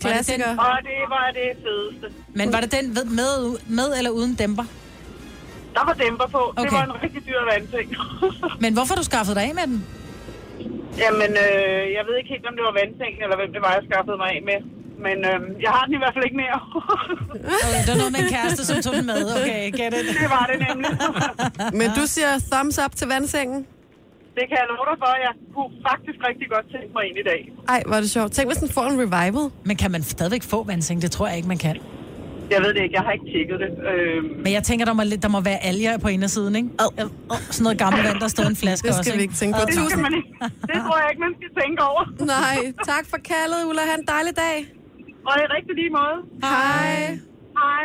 klassiker. og det var det fedeste. Men var det den ved- med, med eller uden dæmper? Der var dæmper på. Okay. Det Okay. var en rigtig dyr vandting. Men hvorfor har du skaffet dig af med den? Jamen, øh, jeg ved ikke helt, om det var vandtingen, eller hvem det var, jeg skaffede mig af med. Men øh, jeg har den i hvert fald ikke mere. Okay, det var noget med en kæreste, som tog den med. Okay, get it. det var det nemlig. Men du siger thumbs up til vandsengen. det kan jeg love dig for. Jeg kunne faktisk rigtig godt tænke mig en i dag. Ej, hvor er det sjovt. Tænk, hvis den får en revival. Men kan man stadigvæk få vandseng? Det tror jeg ikke, man kan. Jeg ved det ikke. Jeg har ikke tjekket det. Øh, Men jeg tænker, der må, lidt- der må være alger på indersiden, ikke? Oh. Sådan noget gammelt vand, der står en flaske Det også, skal vi ikke tænke på. det, skal Tusind. man ikke. det tror jeg ikke, man skal tænke over. Nej, tak for kaldet, Ulla. Ha' en dejlig dag. Og i rigtig lige måde. Hej. Hej.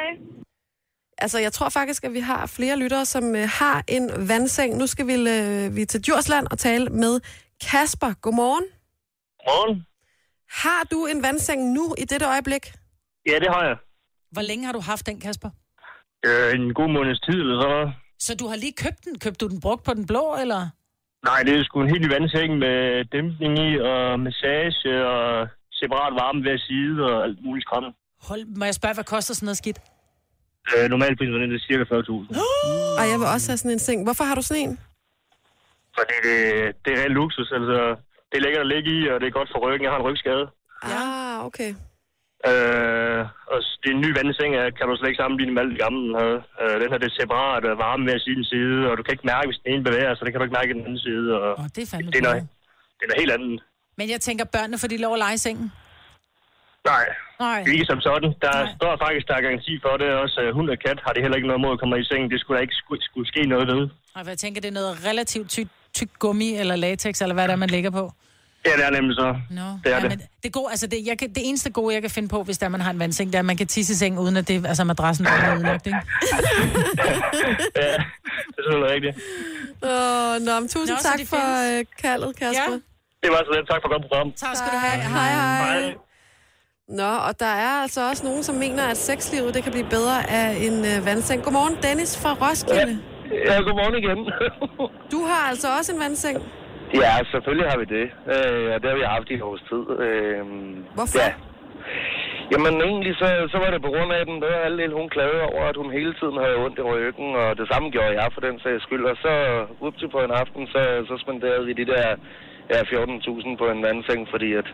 Altså, jeg tror faktisk, at vi har flere lyttere, som øh, har en vandseng. Nu skal vi, øh, vi til Djursland og tale med Kasper. Godmorgen. Morgen. Har du en vandseng nu i dette øjeblik? Ja, det har jeg. Hvor længe har du haft den, Kasper? Øh, en god måneds tid eller sådan noget. Så du har lige købt den? Købte du den brugt på den blå, eller? Nej, det er sgu en helt ny vandseng med dæmpning i og massage og separat varme hver side og alt muligt skræmme. Hold, må jeg spørge, hvad koster sådan noget skidt? Øh, normalt priser den til cirka 40.000. Og jeg vil også have sådan en seng. Hvorfor har du sådan en? Fordi det, det er ren luksus, altså. Det er lækkert at ligge i, og det er godt for ryggen. Jeg har en rygskade. Ah, okay. Øh, og s- det er en ny vandseng, øh, kan du slet ikke sammenligne med alt det gamle, den havde. Øh, den her, det er separat og varme hver sin side, og du kan ikke mærke, hvis den ene bevæger sig, det kan du ikke mærke i den anden side. Og Åh, det er fandme det er noget, bedre. det er noget helt andet. Men jeg tænker, børnene får de lov at lege i sengen. Nej, Nej. Ikke som sådan. Der står faktisk, der er garanti for det. Også øh, hund og kat har det heller ikke noget mod at komme i sengen. Det skulle da ikke skulle, skulle ske noget ved. Nej, for jeg tænker, det er noget relativt tyk, tyk gummi eller latex, eller hvad det er, man ligger på. Ja, det er nemlig så. No. Det er ja, det. Men det, gode, altså det, jeg kan, det eneste gode, jeg kan finde på, hvis der man har en vandseng, det er, at man kan tisse i seng, uden at det, altså madrassen er udlagt, ikke? Ja, det er selvfølgelig rigtigt. Åh, nå, men tusind Nå, nå, så tak det for øh, kaldet, Kasper. Ja. Det var så lidt. Tak for et godt program. Tak skal du Hej, have. hej, hej. Hej. Nå, og der er altså også nogen, som mener, at sexlivet det kan blive bedre af en øh, vandseng. Godmorgen, Dennis fra Roskilde. Ja, godmorgen igen. Du har altså også en vandseng. ja, selvfølgelig har vi det. Øh, og det har vi haft i et års tid. Øh, Hvorfor? ja. Jamen egentlig, så, så var det på grund af den bedre halvdel, hun klagede over, at hun hele tiden havde ondt i ryggen, og det samme gjorde jeg for den sags skyld. Og så ud til på en aften, så, så spenderede vi de der ja, 14.000 på en vandseng, fordi at,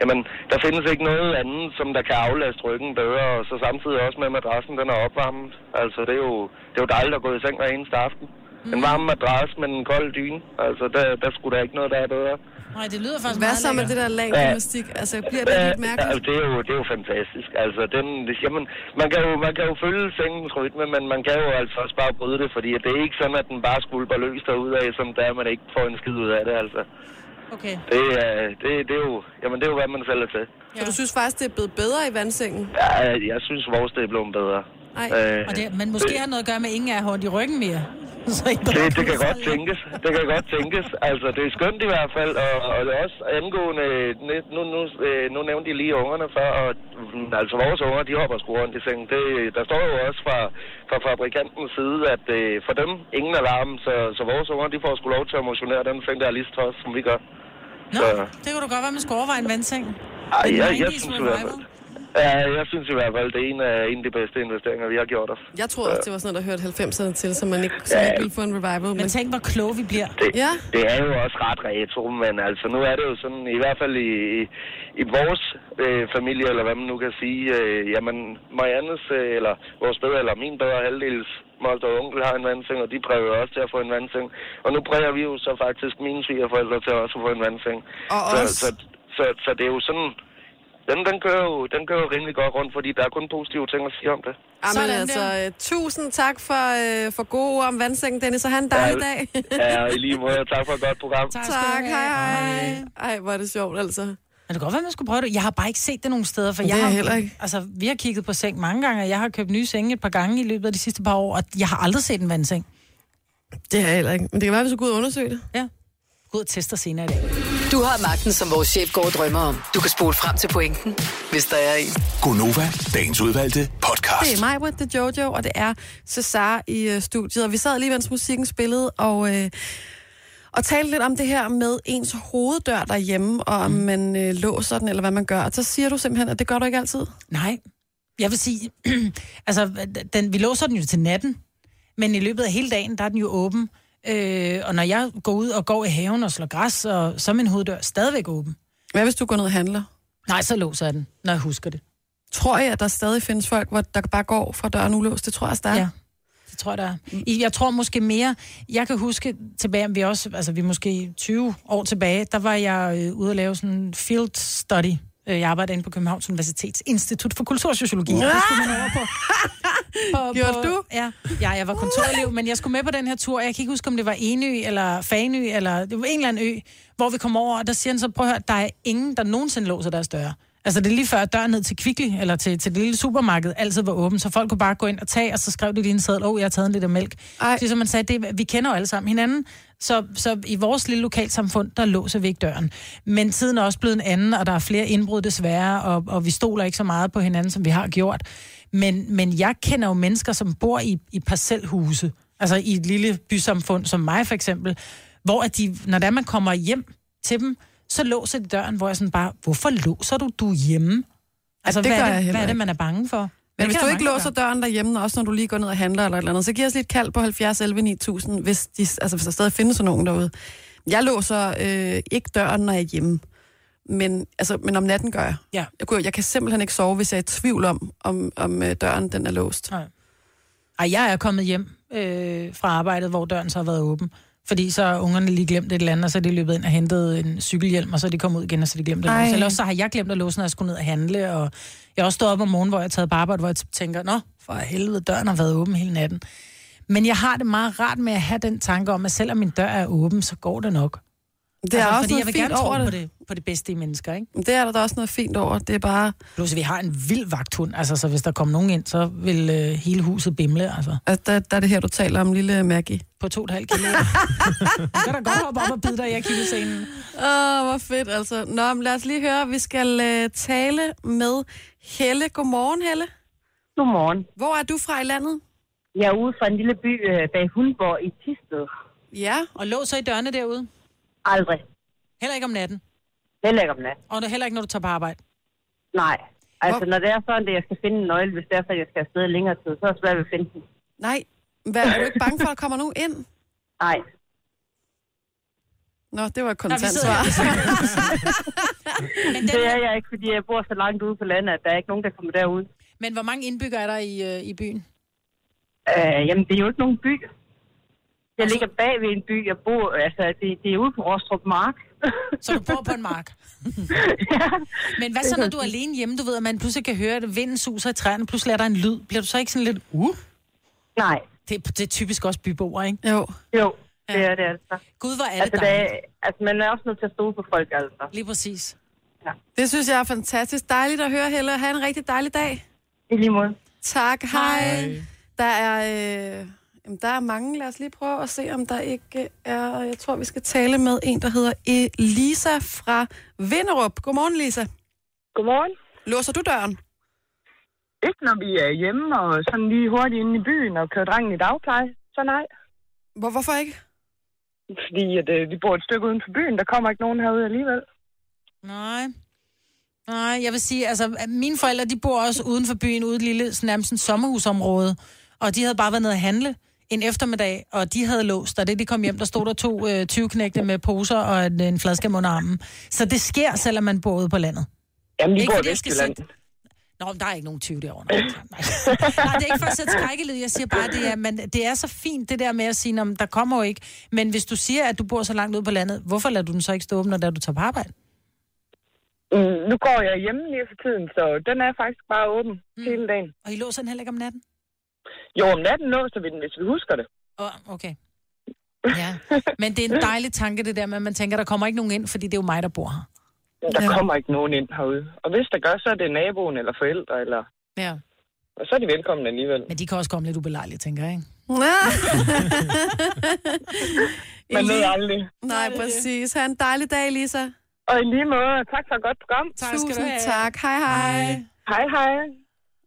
jamen, der findes ikke noget andet, som der kan aflaste ryggen bedre, og så samtidig også med at madrassen, den er opvarmet. Altså, det er jo, det er jo dejligt at gå i seng hver eneste aften. En varm madras med en kold dyne, altså, der, der skulle der ikke noget, der er bedre. Nej, det lyder faktisk Hvad meget så med lækkert. det der lag Ja. gymnastik? Altså, bliver det lidt Ja, mærkeligt? det er jo, det er jo fantastisk. Altså, den, det- jamen, man, kan jo, man kan jo følge sengens rytme, men man kan jo altså også bare bryde det, fordi det er ikke sådan, at den bare skulle bare løs derudad, som der man ikke får en skid ud af det, altså. Okay. Det, er, det, det, er jo, jamen, det er jo, hvad man selv er til. Så du synes faktisk, det er blevet bedre i vandsengen? Ja, jeg synes, vores det er blevet bedre. Ej, Øh, Og det, men måske har noget at gøre med, at ingen er hårdt i ryggen mere. Så I Det, det kan godt tænkes. Det kan godt tænkes. Altså, det er skønt i hvert fald, og, og det er også angående... næ- Nu, nu, øh, nu nævnte de lige ungerne før, og mm, altså vores unger, de hopper sgu rundt i sengen. Det, der står jo også fra, fra fabrikantens side, at øh, for dem ingen alarm, så, så vores unger, de får sgu lov til at motionere den seng, der er lige så tosset, som vi gør. Nå, Så, det kunne du godt være, man skulle overveje en vandseng. ej, jeg, jeg, 90's synes i hvert fald... Ja, jeg synes i hvert fald, det er en af, en af de bedste investeringer, vi har gjort os. jeg tror også, det var sådan noget, der hørte 90'erne til, så man ikke, så man ikke ville få en revival. Men, Men tænk, hvor kloge vi bliver. Det, Ja. ja. det er jo også ret retro, men altså nu er det jo sådan, i hvert fald i, i- i vores øh, familie, eller hvad man nu kan sige, øh, jamen Mariannes, øh, eller vores bedre, eller min bedre halvdels moster og onkel har en vandseng, og de prøver også til at få en vandseng. Og nu præger vi jo så faktisk mine svigerforældre til også at få en vandseng. Og så, os. Så, så, så, det er jo sådan, den, den, kører jo, den kører jo rimelig godt rundt, fordi der er kun positive ting at sige om det. Amen, Sådan der. altså, øh, tusind tak for, øh, for gode ord om vandsengen, Dennis, og have en dejlig Ja, dag. Ja, og i lige måde, tak for et godt program. Tak, skal tak, du hej, have. hej. Ej, hvor er det sjovt, altså. Men det kan godt være, man skulle prøve det. Jeg har bare ikke set det nogen steder, for Det jeg har har, jeg heller ikke. Altså, vi har kigget på seng mange gange, og jeg har købt nye senge et par gange i løbet af de sidste par år, og jeg har aldrig set en vandseng. Det har jeg heller ikke. Men det kan være, vi skal gå ud og undersøge det. Ja. Gå ud og tester senere i dag. Du har magten, som vores chef går og drømmer om. Du kan spole frem til pointen, hvis der er en. Gonova, dagens udvalgte Det podcast. er mig, Britt, det er Jojo, og det er Cesar i øh, studiet. Og vi sad lige, mens musikken spillede, og, øh, og tale lidt om det her med ens hoveddør derhjemme, og om man øh, låser den, eller hvad man gør. Og så siger du simpelthen, at det gør du ikke altid. Nej. Jeg vil sige, altså, den, vi låser den jo til natten, men i løbet af hele dagen, der er den jo åben. Øh, og når jeg går ud og går i haven og slår græs, og, så er min hoveddør stadigvæk åben. Hvad hvis du går ned og handler? Nej, så låser jeg den, når jeg husker det. Tror jeg, at der stadig findes folk, hvor der bare går fra døren ulåst? Det tror jeg, også, der er. Ja. Det tror jeg, der er. I- Jeg tror måske mere... Jeg kan huske tilbage, vi er også... Altså, vi er måske 20 år tilbage. Der var jeg øh, ude at lave sådan en field study. Øh, Jeg arbejdede inde på Københavns Universitets Institut for Kultursociologi. Ja. Det skulle man over på. på Gjorde du? Ja. ja, jeg var kontorelev, men jeg skulle med på den her tur. Jeg kan ikke huske, om det var Enø eller Fanø, eller det var en eller anden ø, hvor vi kom over, og der siger han så, prøv at høre, der er ingen, der nogensinde låser deres døre. Altså det er lige før at døren ned til Kvickly, eller til, til det lille supermarked, altid var åben, så folk kunne bare gå ind og tage, og så skrev de lige en seddel, åh, oh, jeg har taget en liter mælk. Ej. Så som man sagde, det, vi kender jo alle sammen hinanden, så, så i vores lille lokalsamfund, der låser vi ikke døren. Men tiden er også blevet en anden, og der er flere indbrud desværre, og, og vi stoler ikke så meget på hinanden, som vi har gjort. Men, men jeg kender jo mennesker, som bor i, i parcelhuse, altså i et lille bysamfund som mig for eksempel, hvor at de, når det er, man kommer hjem til dem, så låser de døren, hvor jeg sådan bare, hvorfor låser du, du er hjemme? Altså, det hvad, gør er jeg det, heller hvad er det, man er bange for? Men Det hvis kan du der ikke mange, der låser gør. døren derhjemme, også når du lige går ned og handler eller et eller andet, så giv os lige et kald på 70 11 9000, hvis, de, altså, hvis der stadig findes sådan nogen derude. Jeg låser øh, ikke døren, når jeg er hjemme. Men, altså, men om natten gør jeg. Ja. Jeg, kunne, jeg kan simpelthen ikke sove, hvis jeg er i tvivl om, om, om øh, døren den er låst. Nej. Ej, jeg er kommet hjem øh, fra arbejdet, hvor døren så har været åben. Fordi så har ungerne lige glemt et eller andet, og så er de løbet ind og hentet en cykelhjelm, og så er de kommet ud igen, og så er de glemt at Ej. låse. Eller også så har jeg glemt at låse, når jeg skulle ned og handle. Og jeg har også stået op om morgenen, hvor jeg har taget på arbejde, hvor jeg tænker, nå, for helvede, døren har været åben hele natten. Men jeg har det meget rart med at have den tanke om, at selvom min dør er åben, så går det nok. Det er altså, også fordi noget jeg vil fint gerne tro over på det. det, på det bedste i mennesker, ikke? det. Det er der, da også noget fint over. Det er bare... Plus, vi har en vild vagthund, altså, så hvis der kom nogen ind, så vil øh, hele huset bimle, altså. Altså, der, der er det her, du taler om, lille Maggie. på to og et halvt kilo. Du kan da godt hoppe op og bide dig i akillescenen. Åh, oh, hvor fedt altså. Nå, men lad os lige høre. Vi skal øh, tale med Helle. Godmorgen, Helle. Godmorgen. Hvor er du fra i landet? Jeg er ude fra en lille by øh, bag Hundborg i Tisted. Ja, Og lås så i dørene derude. Aldrig. Heller ikke om natten. Heller ikke om nat. Og det er heller ikke, når du tager på arbejde. Nej. Altså, Hvor- når det er sådan, at jeg skal finde en nøgle, hvis det er, at jeg skal afsted i længere tid, så er det svært ved at finde den. nej. Hvad, er du ikke bange for, at der kommer nogen ind? Nej. Nå, det var et Nå, vi kontant sidder svar. Men, Det er den, jeg ikke, fordi jeg bor så langt ude på landet, at der er ikke nogen, der kommer derud. men hvor mange indbyggere er der i, øh, i byen? Øh, jamen, det er jo ikke nogen by. Altså- Jeg ligger bag ved en by, jeg bor... Altså, det, det er ude på Rostrup Mark. Så du bor på en mark. ja. Men hvad så, når du er alene hjemme? Du ved, at man pludselig kan høre, at vinden suser i træerne. Pludselig er der en lyd. Bliver du så ikke sådan lidt... Uh? Nej. Det, er- det er typisk også byboere, ikke? Jo. Jo, det er det altså. Gud, hvor er det Altså, det er, dejligt. altså, man er også nødt til at stole på folk, altså. Lige præcis. Det synes jeg er fantastisk. Dejligt at høre, Helle. Ha' en rigtig dejlig dag. I lige måde. Tak. Hej. hej. Der er... Øh, jamen, der er mange. Lad os lige prøve at se, om der ikke er... Jeg tror, vi skal tale med en, der hedder Elisa fra Vinderup. Godmorgen, Lisa. Godmorgen. Låser du døren? Ikke når vi er hjemme og sådan lige hurtigt inde i byen og kører drengen i dagpleje. Så nej. Hvor, hvorfor ikke? Fordi at, øh, vi bor et stykke uden for byen, der kommer ikke nogen herude alligevel. Nej. Nej, jeg vil sige, altså, at mine forældre, de bor også uden for byen, ude i et lille, sådan nærmest en sommerhusområde. Og de havde bare været nede at handle en eftermiddag, og de havde låst, og det de kom hjem, der stod der to øh, 20 knægte med poser og en, en fladskærm under armen. Så det sker, selvom man bor ude på landet. Jamen, vi Ikke bor fordi i jeg skal Vestjylland. sætte- Nå, men der er ikke nogen 20 derovre. Nej, nej. nej, det er ikke for at sætte skrækkelyd. Jeg siger bare, det er, men det er så fint, det der med at sige, at der kommer jo ikke. Men hvis du siger, at du bor så langt ude på landet, hvorfor lader du den så ikke stå åben, når det er, du tager på arbejde? Mm, nu går jeg hjemme lige for tiden, så den er faktisk bare åben mm. hele dagen. Og I låser den heller ikke om natten? Jo, om natten låser vi den, hvis vi husker det. Åh, okay. Ja, men det er en dejlig tanke, det der med, at man tænker, der kommer ikke nogen ind, fordi det er jo mig, der bor her. Men Der Ja. ja. kommer ikke nogen ind herude. Og hvis der gør, så er det naboen eller forældre, eller... Ja. og så er de velkomne alligevel. Men de kan også komme lidt ubelejligt, tænker jeg, ikke? Man ved Eli- aldrig. Nej, præcis. Ha' en dejlig dag, Lisa. Og i lige måde, tak for et godt program. Tak Tusind tak. Hej, hej. Hej, hej.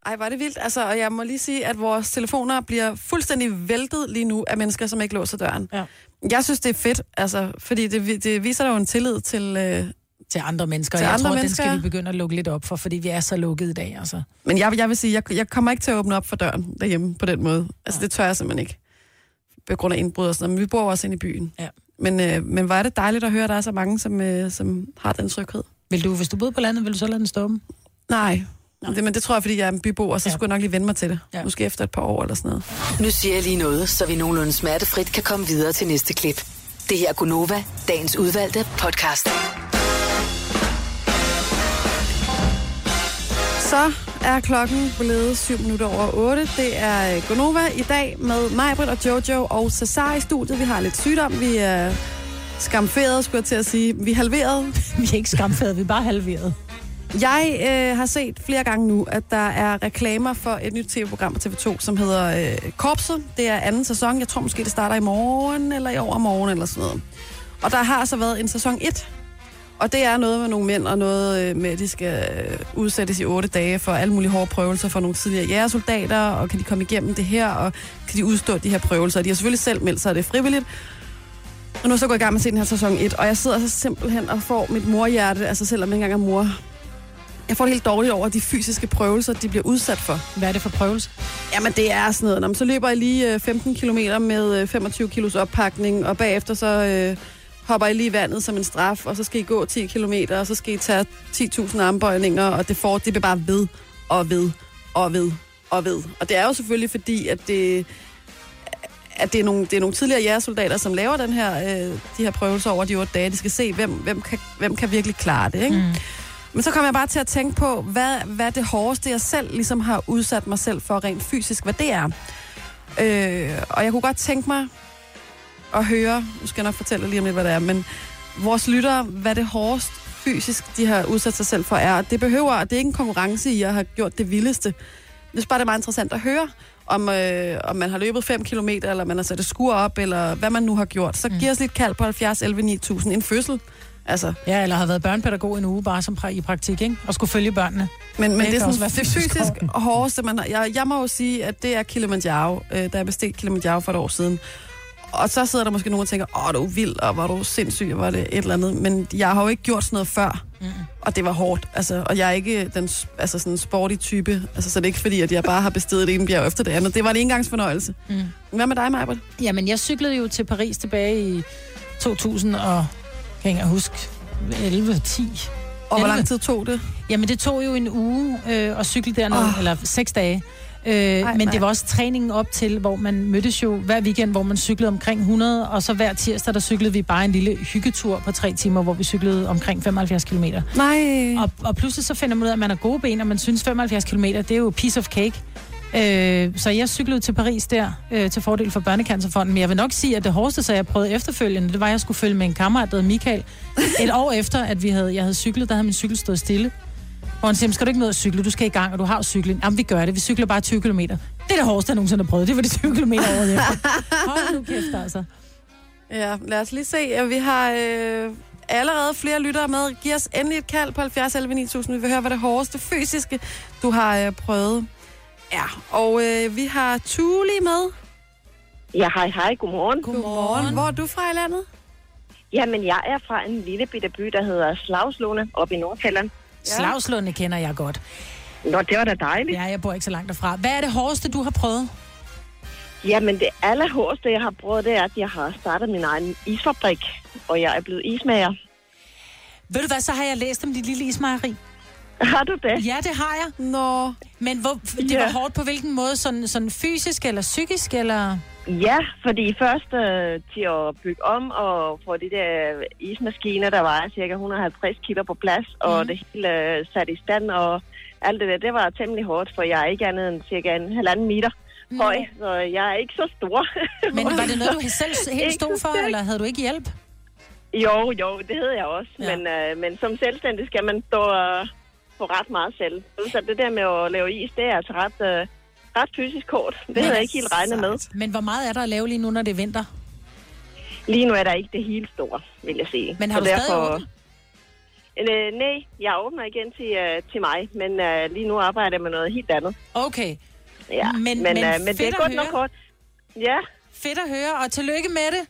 Ej, var det vildt. Altså, og jeg må lige sige, at vores telefoner bliver fuldstændig væltet lige nu af mennesker, som ikke låser døren. Ja. Jeg synes, det er fedt, altså, fordi det, vi- det viser der jo en tillid til... Øh... til andre mennesker. Til jeg andre tror, mennesker. den skal vi begynde at lukke lidt op for, fordi vi er så lukket i dag, altså. Men jeg, jeg vil sige, jeg, jeg kommer ikke til at åbne op for døren derhjemme på den måde. Altså, det tør jeg simpelthen ikke. På grund af indbrud og sådan noget. Men vi bor jo også inde i byen. Ja. Men, øh, men hvor er det dejligt at høre, at der er så mange, som, øh, som har den tryghed. Vil du, hvis du boede på landet, vil du så lade den stoppe? Nej. Det, men det tror jeg, fordi jeg er en bybo, og så ja. Ja. skulle jeg nok lige vende mig til det. Ja. Ja. Måske efter et par år eller sådan noget. Nu siger jeg lige noget, så vi nogenlunde smertefrit kan komme videre til næste klip. Det her er Gunova, dagens udvalgte podcast. Så er klokken blevet 7 minutter over 8. Det er øh, Gonova i dag med Majbrit og Jojo og Cesar i studiet. Vi har lidt sygdom. Vi er skamferet, skulle jeg til at sige. Vi er halveret. Vi er ikke skamfæret, vi er bare halveret. Jeg øh, har set flere gange nu, at der er reklamer for et nyt tv-program på TV2, som hedder øh, Korpset. Det er anden sæson. Jeg tror måske, det starter i morgen eller i overmorgen eller sådan noget. Og der har så været en sæson 1. Og det er noget med nogle mænd og noget øh, med, at de skal øh, udsættes i 8 dage for alle mulige hårde prøvelser for nogle tidligere jægersoldater, og kan de komme igennem det her, og kan de udstå de her prøvelser. Og de har selvfølgelig selv meldt sig, og det er frivilligt. Og nu er jeg så gået i gang med at se den her sæson 1, og jeg sidder så simpelthen og får mit morhjerte, altså selvom jeg ikke engang er mor, jeg får det helt dårligt over de fysiske prøvelser, de bliver udsat for. Hvad er det for prøvelse? Jamen, det er sådan noget. Nå, men så løber jeg lige øh, 15 km med øh, 25 kilos oppakning, og bagefter så øh, hopper I lige i vandet som en straf, og så skal I gå 10 km, og så skal I tage 10.000 armbøjninger, og det, får, det bliver bare ved og ved og ved og ved. Og det er jo selvfølgelig fordi, at det, at det er nogle, det er nogle tidligere jægersoldater, som laver den her, øh, de her prøvelser over de otte dage. De skal se, hvem, hvem, kan, hvem kan virkelig klare det, ikke? Mm. Men så kom jeg bare til at tænke på, hvad, hvad det hårdeste, jeg selv ligesom har udsat mig selv for rent fysisk, hvad det er. Øh, og jeg kunne godt tænke mig at høre, nu skal jeg nok fortælle lige om lidt, hvad det er, men vores lyttere, hvad det hårdest fysisk, de har udsat sig selv for, er. Og det behøver, og det er ikke en konkurrence i at have gjort det vildeste. Jeg synes bare, det er meget interessant at høre, om, øh, om man har løbet 5 km, eller man har sat et skur op, eller hvad man nu har gjort. Så giv os lidt kald på 70 11 9000. En fødsel, altså. Ja, eller har været børnepædagog en uge bare som pra- i praktik, ikke? Og skulle følge børnene. Men, men Det det, kan er også sådan være det fysisk fysisk hårdt. hårdeste, man har. Jeg, jeg må jo sige, at det er Kilimanjaro, øh, da jeg bestilte Kilimanjaro for et år siden. Og så sidder der måske nogen og tænker, åh, du er vild, og var du sindssyg, og var det et eller andet. Men jeg har jo ikke gjort sådan noget før, mm. og det var hårdt. Altså, og jeg er ikke den s- altså, sådan sporty type, altså, så det er ikke fordi, at jeg bare har bestiget det ene bjerg efter det andet. Det var en engangsfornøjelse. Mm. Hvad med dig, Majbert? Jamen, jeg cyklede jo til Paris tilbage i 2000 og... Kan jeg ikke engang huske? 11, 10. Og hvor Helvede. lang tid tog det? Jamen, det tog jo en uge øh, at cykle dernede, Åh. oh. eller seks dage. Øh, Ej, men nej. det var også træningen op til, hvor man mødtes jo hver weekend, hvor man cyklede omkring 100, og så hver tirsdag, der cyklede vi bare en lille hyggetur på tre timer, hvor vi cyklede omkring 75 km. Nej. Og, og pludselig så finder man ud af, at man har gode ben, og man synes 75 km, det er jo piece of cake. Øh, så jeg cyklede til Paris der, øh, til fordel for Børnecancerfonden. Men jeg vil nok sige, at det hårdeste, så jeg prøvede efterfølgende, det var, at jeg skulle følge med en kammerat, der hed Michael. Et år efter, at vi havde, jeg havde cyklet, der havde min cykel stået stille. Hvor han siger, "Men skal du ikke ned og cykle? Du skal i gang, og du har jo cyklen. Jamen, vi gør det. Vi cykler bare 20 km. Det er det hårdeste, jeg nogensinde har prøvet. Det var de 20 km over efter. Hold nu kæft, altså. Ja, lad os lige se. Ja, Vi har øh, allerede flere lyttere med. Giv os endelig et kald på 70 11 9000. Vi vil høre, hvad det hårdeste fysiske, du har øh, prøvet. Ja, og øh, vi har Tuli med. Ja, hej, hej, godmorgen. Godmorgen. Hvor er du fra i landet? Jamen, jeg er fra en lille bitte by, der hedder Slagslunde, oppe i Nordjylland. Slagslunde kender jeg godt. Nå, det var da dejligt. Ja, jeg bor ikke så langt derfra. Hvad er det hårdeste, du har prøvet? Jamen, det allerhårdeste, jeg har prøvet, det er, at jeg har startet min egen isfabrik, og jeg er blevet ismager. Ved du hvad, så har jeg læst om dit lille ismejeri. Har du det? Ja, det har jeg. Nå, Men hvor, det Ja. var hårdt på hvilken måde? Sådan, sådan fysisk eller psykisk? Eller? Ja, fordi først øh, til at bygge om og få de der ismaskiner, der var cirka 150 kilo på plads, Mhm. og det hele øh, sat i stand og alt det der, det var temmelig hårdt, for jeg er ikke andet end cirka en halvanden meter høj, så jeg er ikke så stor. Mhm. Men var det noget, du selv helt Ikke stod for, specielt. eller havde du ikke hjælp? Jo, jo, det hedder jeg også. Ja. Ja. Men, øh, men som selvstændig skal man stå øh, på ret meget selv. Så det der med at lave is, det er altså ret, øh, ret fysisk hårdt. Det havde jeg ikke helt regnet med. Men hvor meget er der at lave lige nu, når det er vinter? Lige nu er der ikke det helt store, vil jeg sige. Men har Så du stadig åbent? Øh, nej, jeg åbner igen til, øh, til mig, men øh, lige nu arbejder jeg med noget helt andet. Okay, Ja. Men- men, øh, men men det fedt er at godt nok høre. kort. Ja, fedt at høre, og tillykke med det.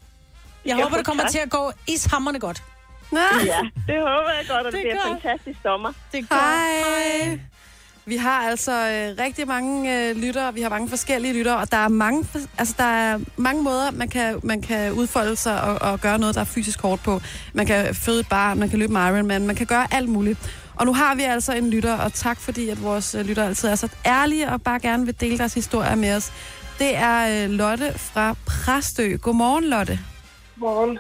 Jeg Ja, håber, det kommer tak. til at gå ishammerne godt. Nå, ja, det håber jeg godt, og det, Det er det bliver en godt. fantastisk sommer. Det hej. Vi har altså øh, rigtig mange øh, lyttere, vi har mange forskellige lyttere, og der er mange, altså, der er mange måder, man kan, man kan udfolde sig og, og gøre noget, der er fysisk hårdt på. Man kan føde et barn, man kan løbe med Ironman, man kan gøre alt muligt. Og nu har vi altså en lytter, og tak fordi, at vores øh, lytter altid er så ærlige og bare gerne vil dele deres historier med os. Det er øh, Lotte fra Præstø. Godmorgen, Lotte. Morgen.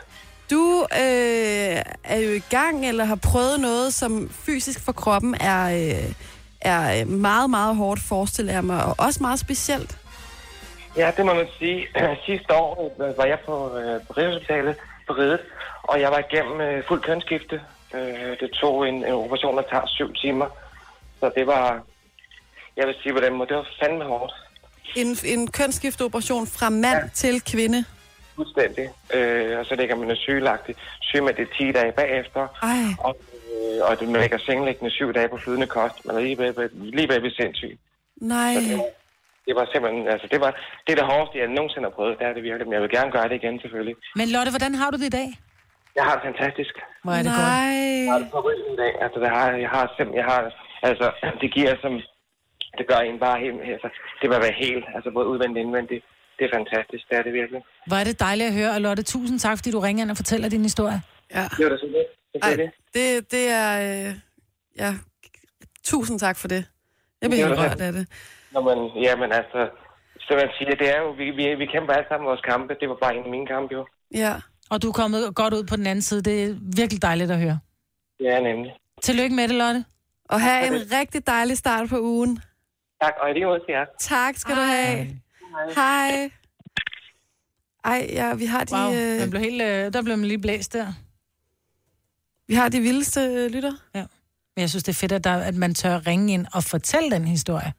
Du øh, er jo i gang, eller har prøvet noget, som fysisk for kroppen er, øh, er øh, meget, meget hårdt, forestiller jeg mig, og også meget specielt. Ja, det må man sige. Sidste år øh, var jeg på, øh, på Rigshospitalet på Redet, og jeg var igennem øh, fuld kønsskifte. Øh, det tog en, en operation, der tager syv timer. Så det var, jeg vil sige på den måde, det var fandme hårdt. En, en kønsskifteoperation fra mand ja. til kvinde. Fuldstændig. Øh, og så ligger man jo sygelagtig. Syg med det 10 dage bagefter. Ej, Og, øh, og det- man ligger sengeliggende syv dage på flydende kost. Man er lige bag, lige bag ved sindssyg. nej. Så det, var- det var simpelthen, altså det var det, er det hårdeste, jeg nogensinde har prøvet. Der er det virkelig, men jeg vil gerne gøre det igen selvfølgelig. Men Lotte, hvordan har du det i dag? Jeg har det fantastisk. Hvor er det godt. Jeg har Nej. det på ryggen i dag. Altså, det har, jeg har simpelthen, jeg har, altså, det giver som, det gør en bare helt, altså, det var være helt, altså både udvendigt og indvendigt. Det er fantastisk, det er det virkelig. Hvor er det dejligt at høre, og Lotte, tusind tak, fordi du ringer ind og fortæller din historie. Ja. Det var da sådan lidt. Det Ej, er det. det, det er... Øh, ja, tusind tak for det. Jeg bliver Det var helt da rørt af det. Når man, ja, men altså, så man siger, det er jo, vi, vi, vi kæmper alle sammen vores kampe. Det var bare en af mine kampe, jo. Ja. Og du er kommet godt ud på den anden side. Det er virkelig dejligt at høre. Ja, nemlig. Tillykke med det, Lotte. Og have en rigtig dejlig start på ugen. Tak, og i lige måde til jer. Tak skal Hej. du have. Hej. Ej, ja, vi har de... Wow, øh, man blev helt, øh, der blev man lige blæst der. Vi har de vildeste øh, lytter. Men jeg synes, det er fedt, at, der, at man tør ringe ind og fortælle den historie.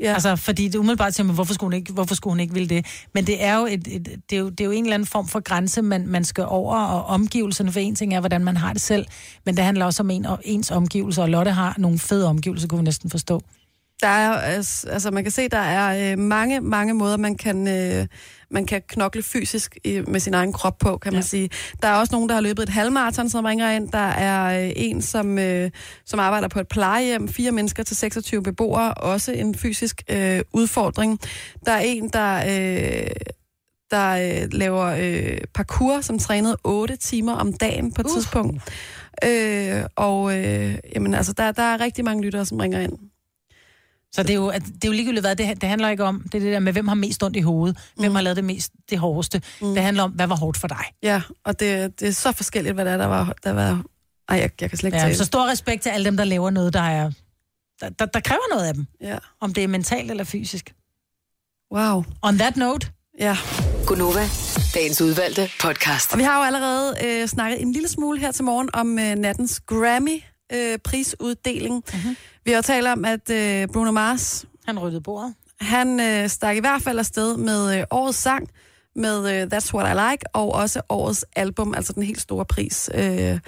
Ja. Altså, fordi det er umiddelbart til mig, hvorfor skulle hun ikke, hvorfor skulle hun ikke ville det? Men det er, jo et, et, det, er jo, det er jo en eller anden form for grænse, man, man skal over, og omgivelserne for en ting er, hvordan man har det selv, men det handler også om en, og ens omgivelser, og Lotte har nogle fede omgivelser, kunne vi næsten forstå. Der er altså, altså, man kan se, der er øh, mange, mange måder, man kan, øh, man kan knokle fysisk øh, med sin egen krop på, kan man Ja. sige. Der er også nogen, der har løbet et halvmarathon, som ringer ind. Der er øh, en, som, øh, som arbejder på et plejehjem. Fire mennesker til 26 beboere. Også en fysisk øh, udfordring. Der er en, der... Øh, der øh, laver øh, parkour, som trænede 8 timer om dagen på et uh. tidspunkt. Øh, og øh, jamen, altså, der, der er rigtig mange lyttere, som ringer ind. Så det er jo, at, det er jo ligegyldigt, hvad det, det handler ikke om. Det er det der med, hvem har mest ondt i hovedet, hvem Mm. har lavet det mest det hårdeste. Mm. Det handler om, hvad var hårdt for dig. Ja, og det, det er så forskelligt, hvad der er, der var... Der var ej, jeg, jeg kan slet ikke ja, Ja, tale. Så... så stor respekt til alle dem, der laver noget, der, er, der, der, der kræver noget af dem. Ja. Om det er mentalt eller fysisk. Wow. On that note, Ja. Gunova, dagens udvalgte podcast. Og vi har jo allerede øh, snakket en lille smule her til morgen om øh, nattens Grammy øh, prisuddeling. Uh-huh. Vi har jo talt om, at øh, Bruno Mars, han ryddede bordet. han øh, stak i hvert fald afsted med øh, årets sang, med øh, That's What I Like, og også årets album, altså den helt store pris. Øh,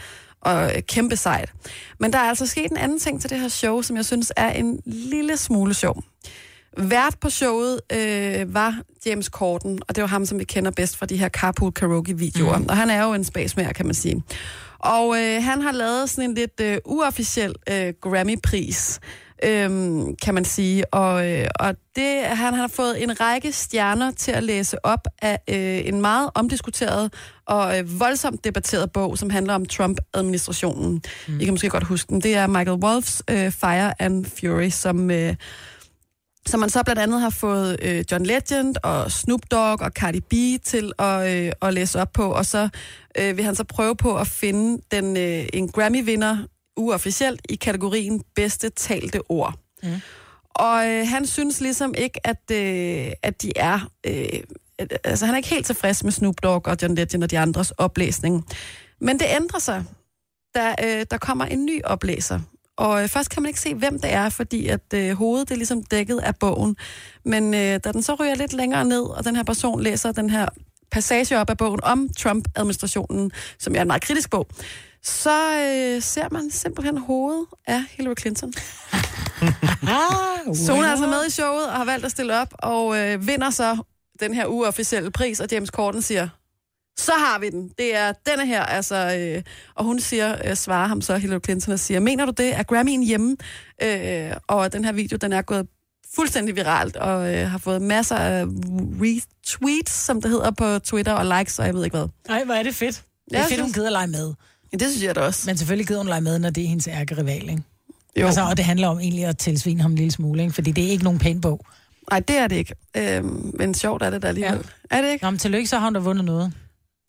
og øh, kæmpe sejt. Men der er altså sket en anden ting til det her show, som jeg synes er en lille smule sjov. Vært på showet øh, var James Corden, og det var ham, som vi kender bedst fra de her Carpool Karaoke-videoer. Mm. Og han er jo en spasmager, kan man sige. Og øh, han har lavet sådan en lidt øh, uofficiel øh, Grammy-pris, øh, kan man sige. Og, øh, og det, han har fået en række stjerner til at læse op af øh, en meget omdiskuteret og øh, voldsomt debatteret bog, som handler om Trump-administrationen. Mm. I kan måske godt huske den. Det er Michael Wolffs øh, Fire and Fury, som... Øh, så man så blandt andet har fået øh, John Legend og Snoop Dogg og Cardi B til at, øh, at læse op på, og så øh, vil han så prøve på at finde den øh, en Grammy-vinder uofficielt i kategorien bedste talte ord. Mm. Og øh, han synes ligesom ikke, at, øh, at de er... Øh, at- altså han er ikke helt tilfreds med Snoop Dogg og John Legend og de andres oplæsning. Men det ændrer sig der, øh, der kommer en ny oplæser. Og øh, først kan man ikke se, hvem det er, fordi at øh, hovedet det er ligesom dækket af bogen. Men øh, da den så ryger lidt længere ned, og den her person læser den her passage op af bogen om Trump-administrationen, som er en meget kritisk bog, så øh, ser man simpelthen hovedet af Hillary Clinton. Ah, Så hun er altså med i showet og har valgt at stille op, og øh, vinder så den her uofficielle pris, og James Corden siger, så har vi den. Det er denne her, altså. Øh, og hun siger, øh, svarer ham så, Hillary Clinton, og siger, mener du det? Er Grammy'en hjemme? Øh, og den her video, den er gået fuldstændig viralt, og øh, har fået masser af retweets, som det hedder på Twitter, og likes, og jeg ved ikke hvad. Nej, hvor er det fedt. Det Ja, er jeg fedt, hun synes- gider at lege med. Ja, det synes jeg da også. Men selvfølgelig gider hun lege med, når det er hendes ærkerival, ikke? Jo. Altså, og det handler om egentlig at tilsvine ham en lille smule, ikke? Fordi det er ikke nogen pæn bog. Nej, det er det ikke. Øh, men sjovt er det da alligevel. Ja. Er det ikke? Nå, men tillykke, så har hun da vundet noget.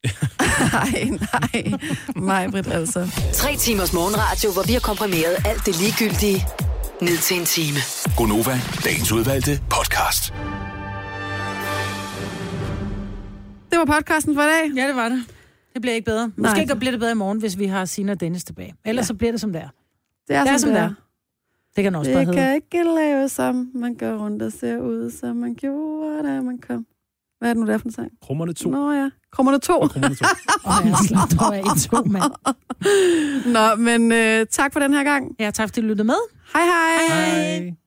Nej, nej. Mig, Britt, altså. Tre timers morgenradio, hvor vi har komprimeret alt det ligegyldige ned til en time. Gonova, dagens udvalgte podcast. Det var podcasten for i dag. Ja, det var det. Det bliver ikke bedre. Nej. Måske Nej. bliver det bedre i morgen, hvis vi har Sina og Dennis tilbage. Ellers ja. så bliver det som der. Det er, Det er, som det det er. er. Det kan også bare Det hedde. kan ikke lave som man går rundt og ser ud, som man gjorde, da man kom. Hvad er det nu, der er for en sang? Krummerne to. Nå ja, kommer der to. Krummerne to. Og jeg er slap over i to, mand. Nå, men øh, tak for den her gang. Ja, tak fordi du lyttede med. Hej hej. Hej.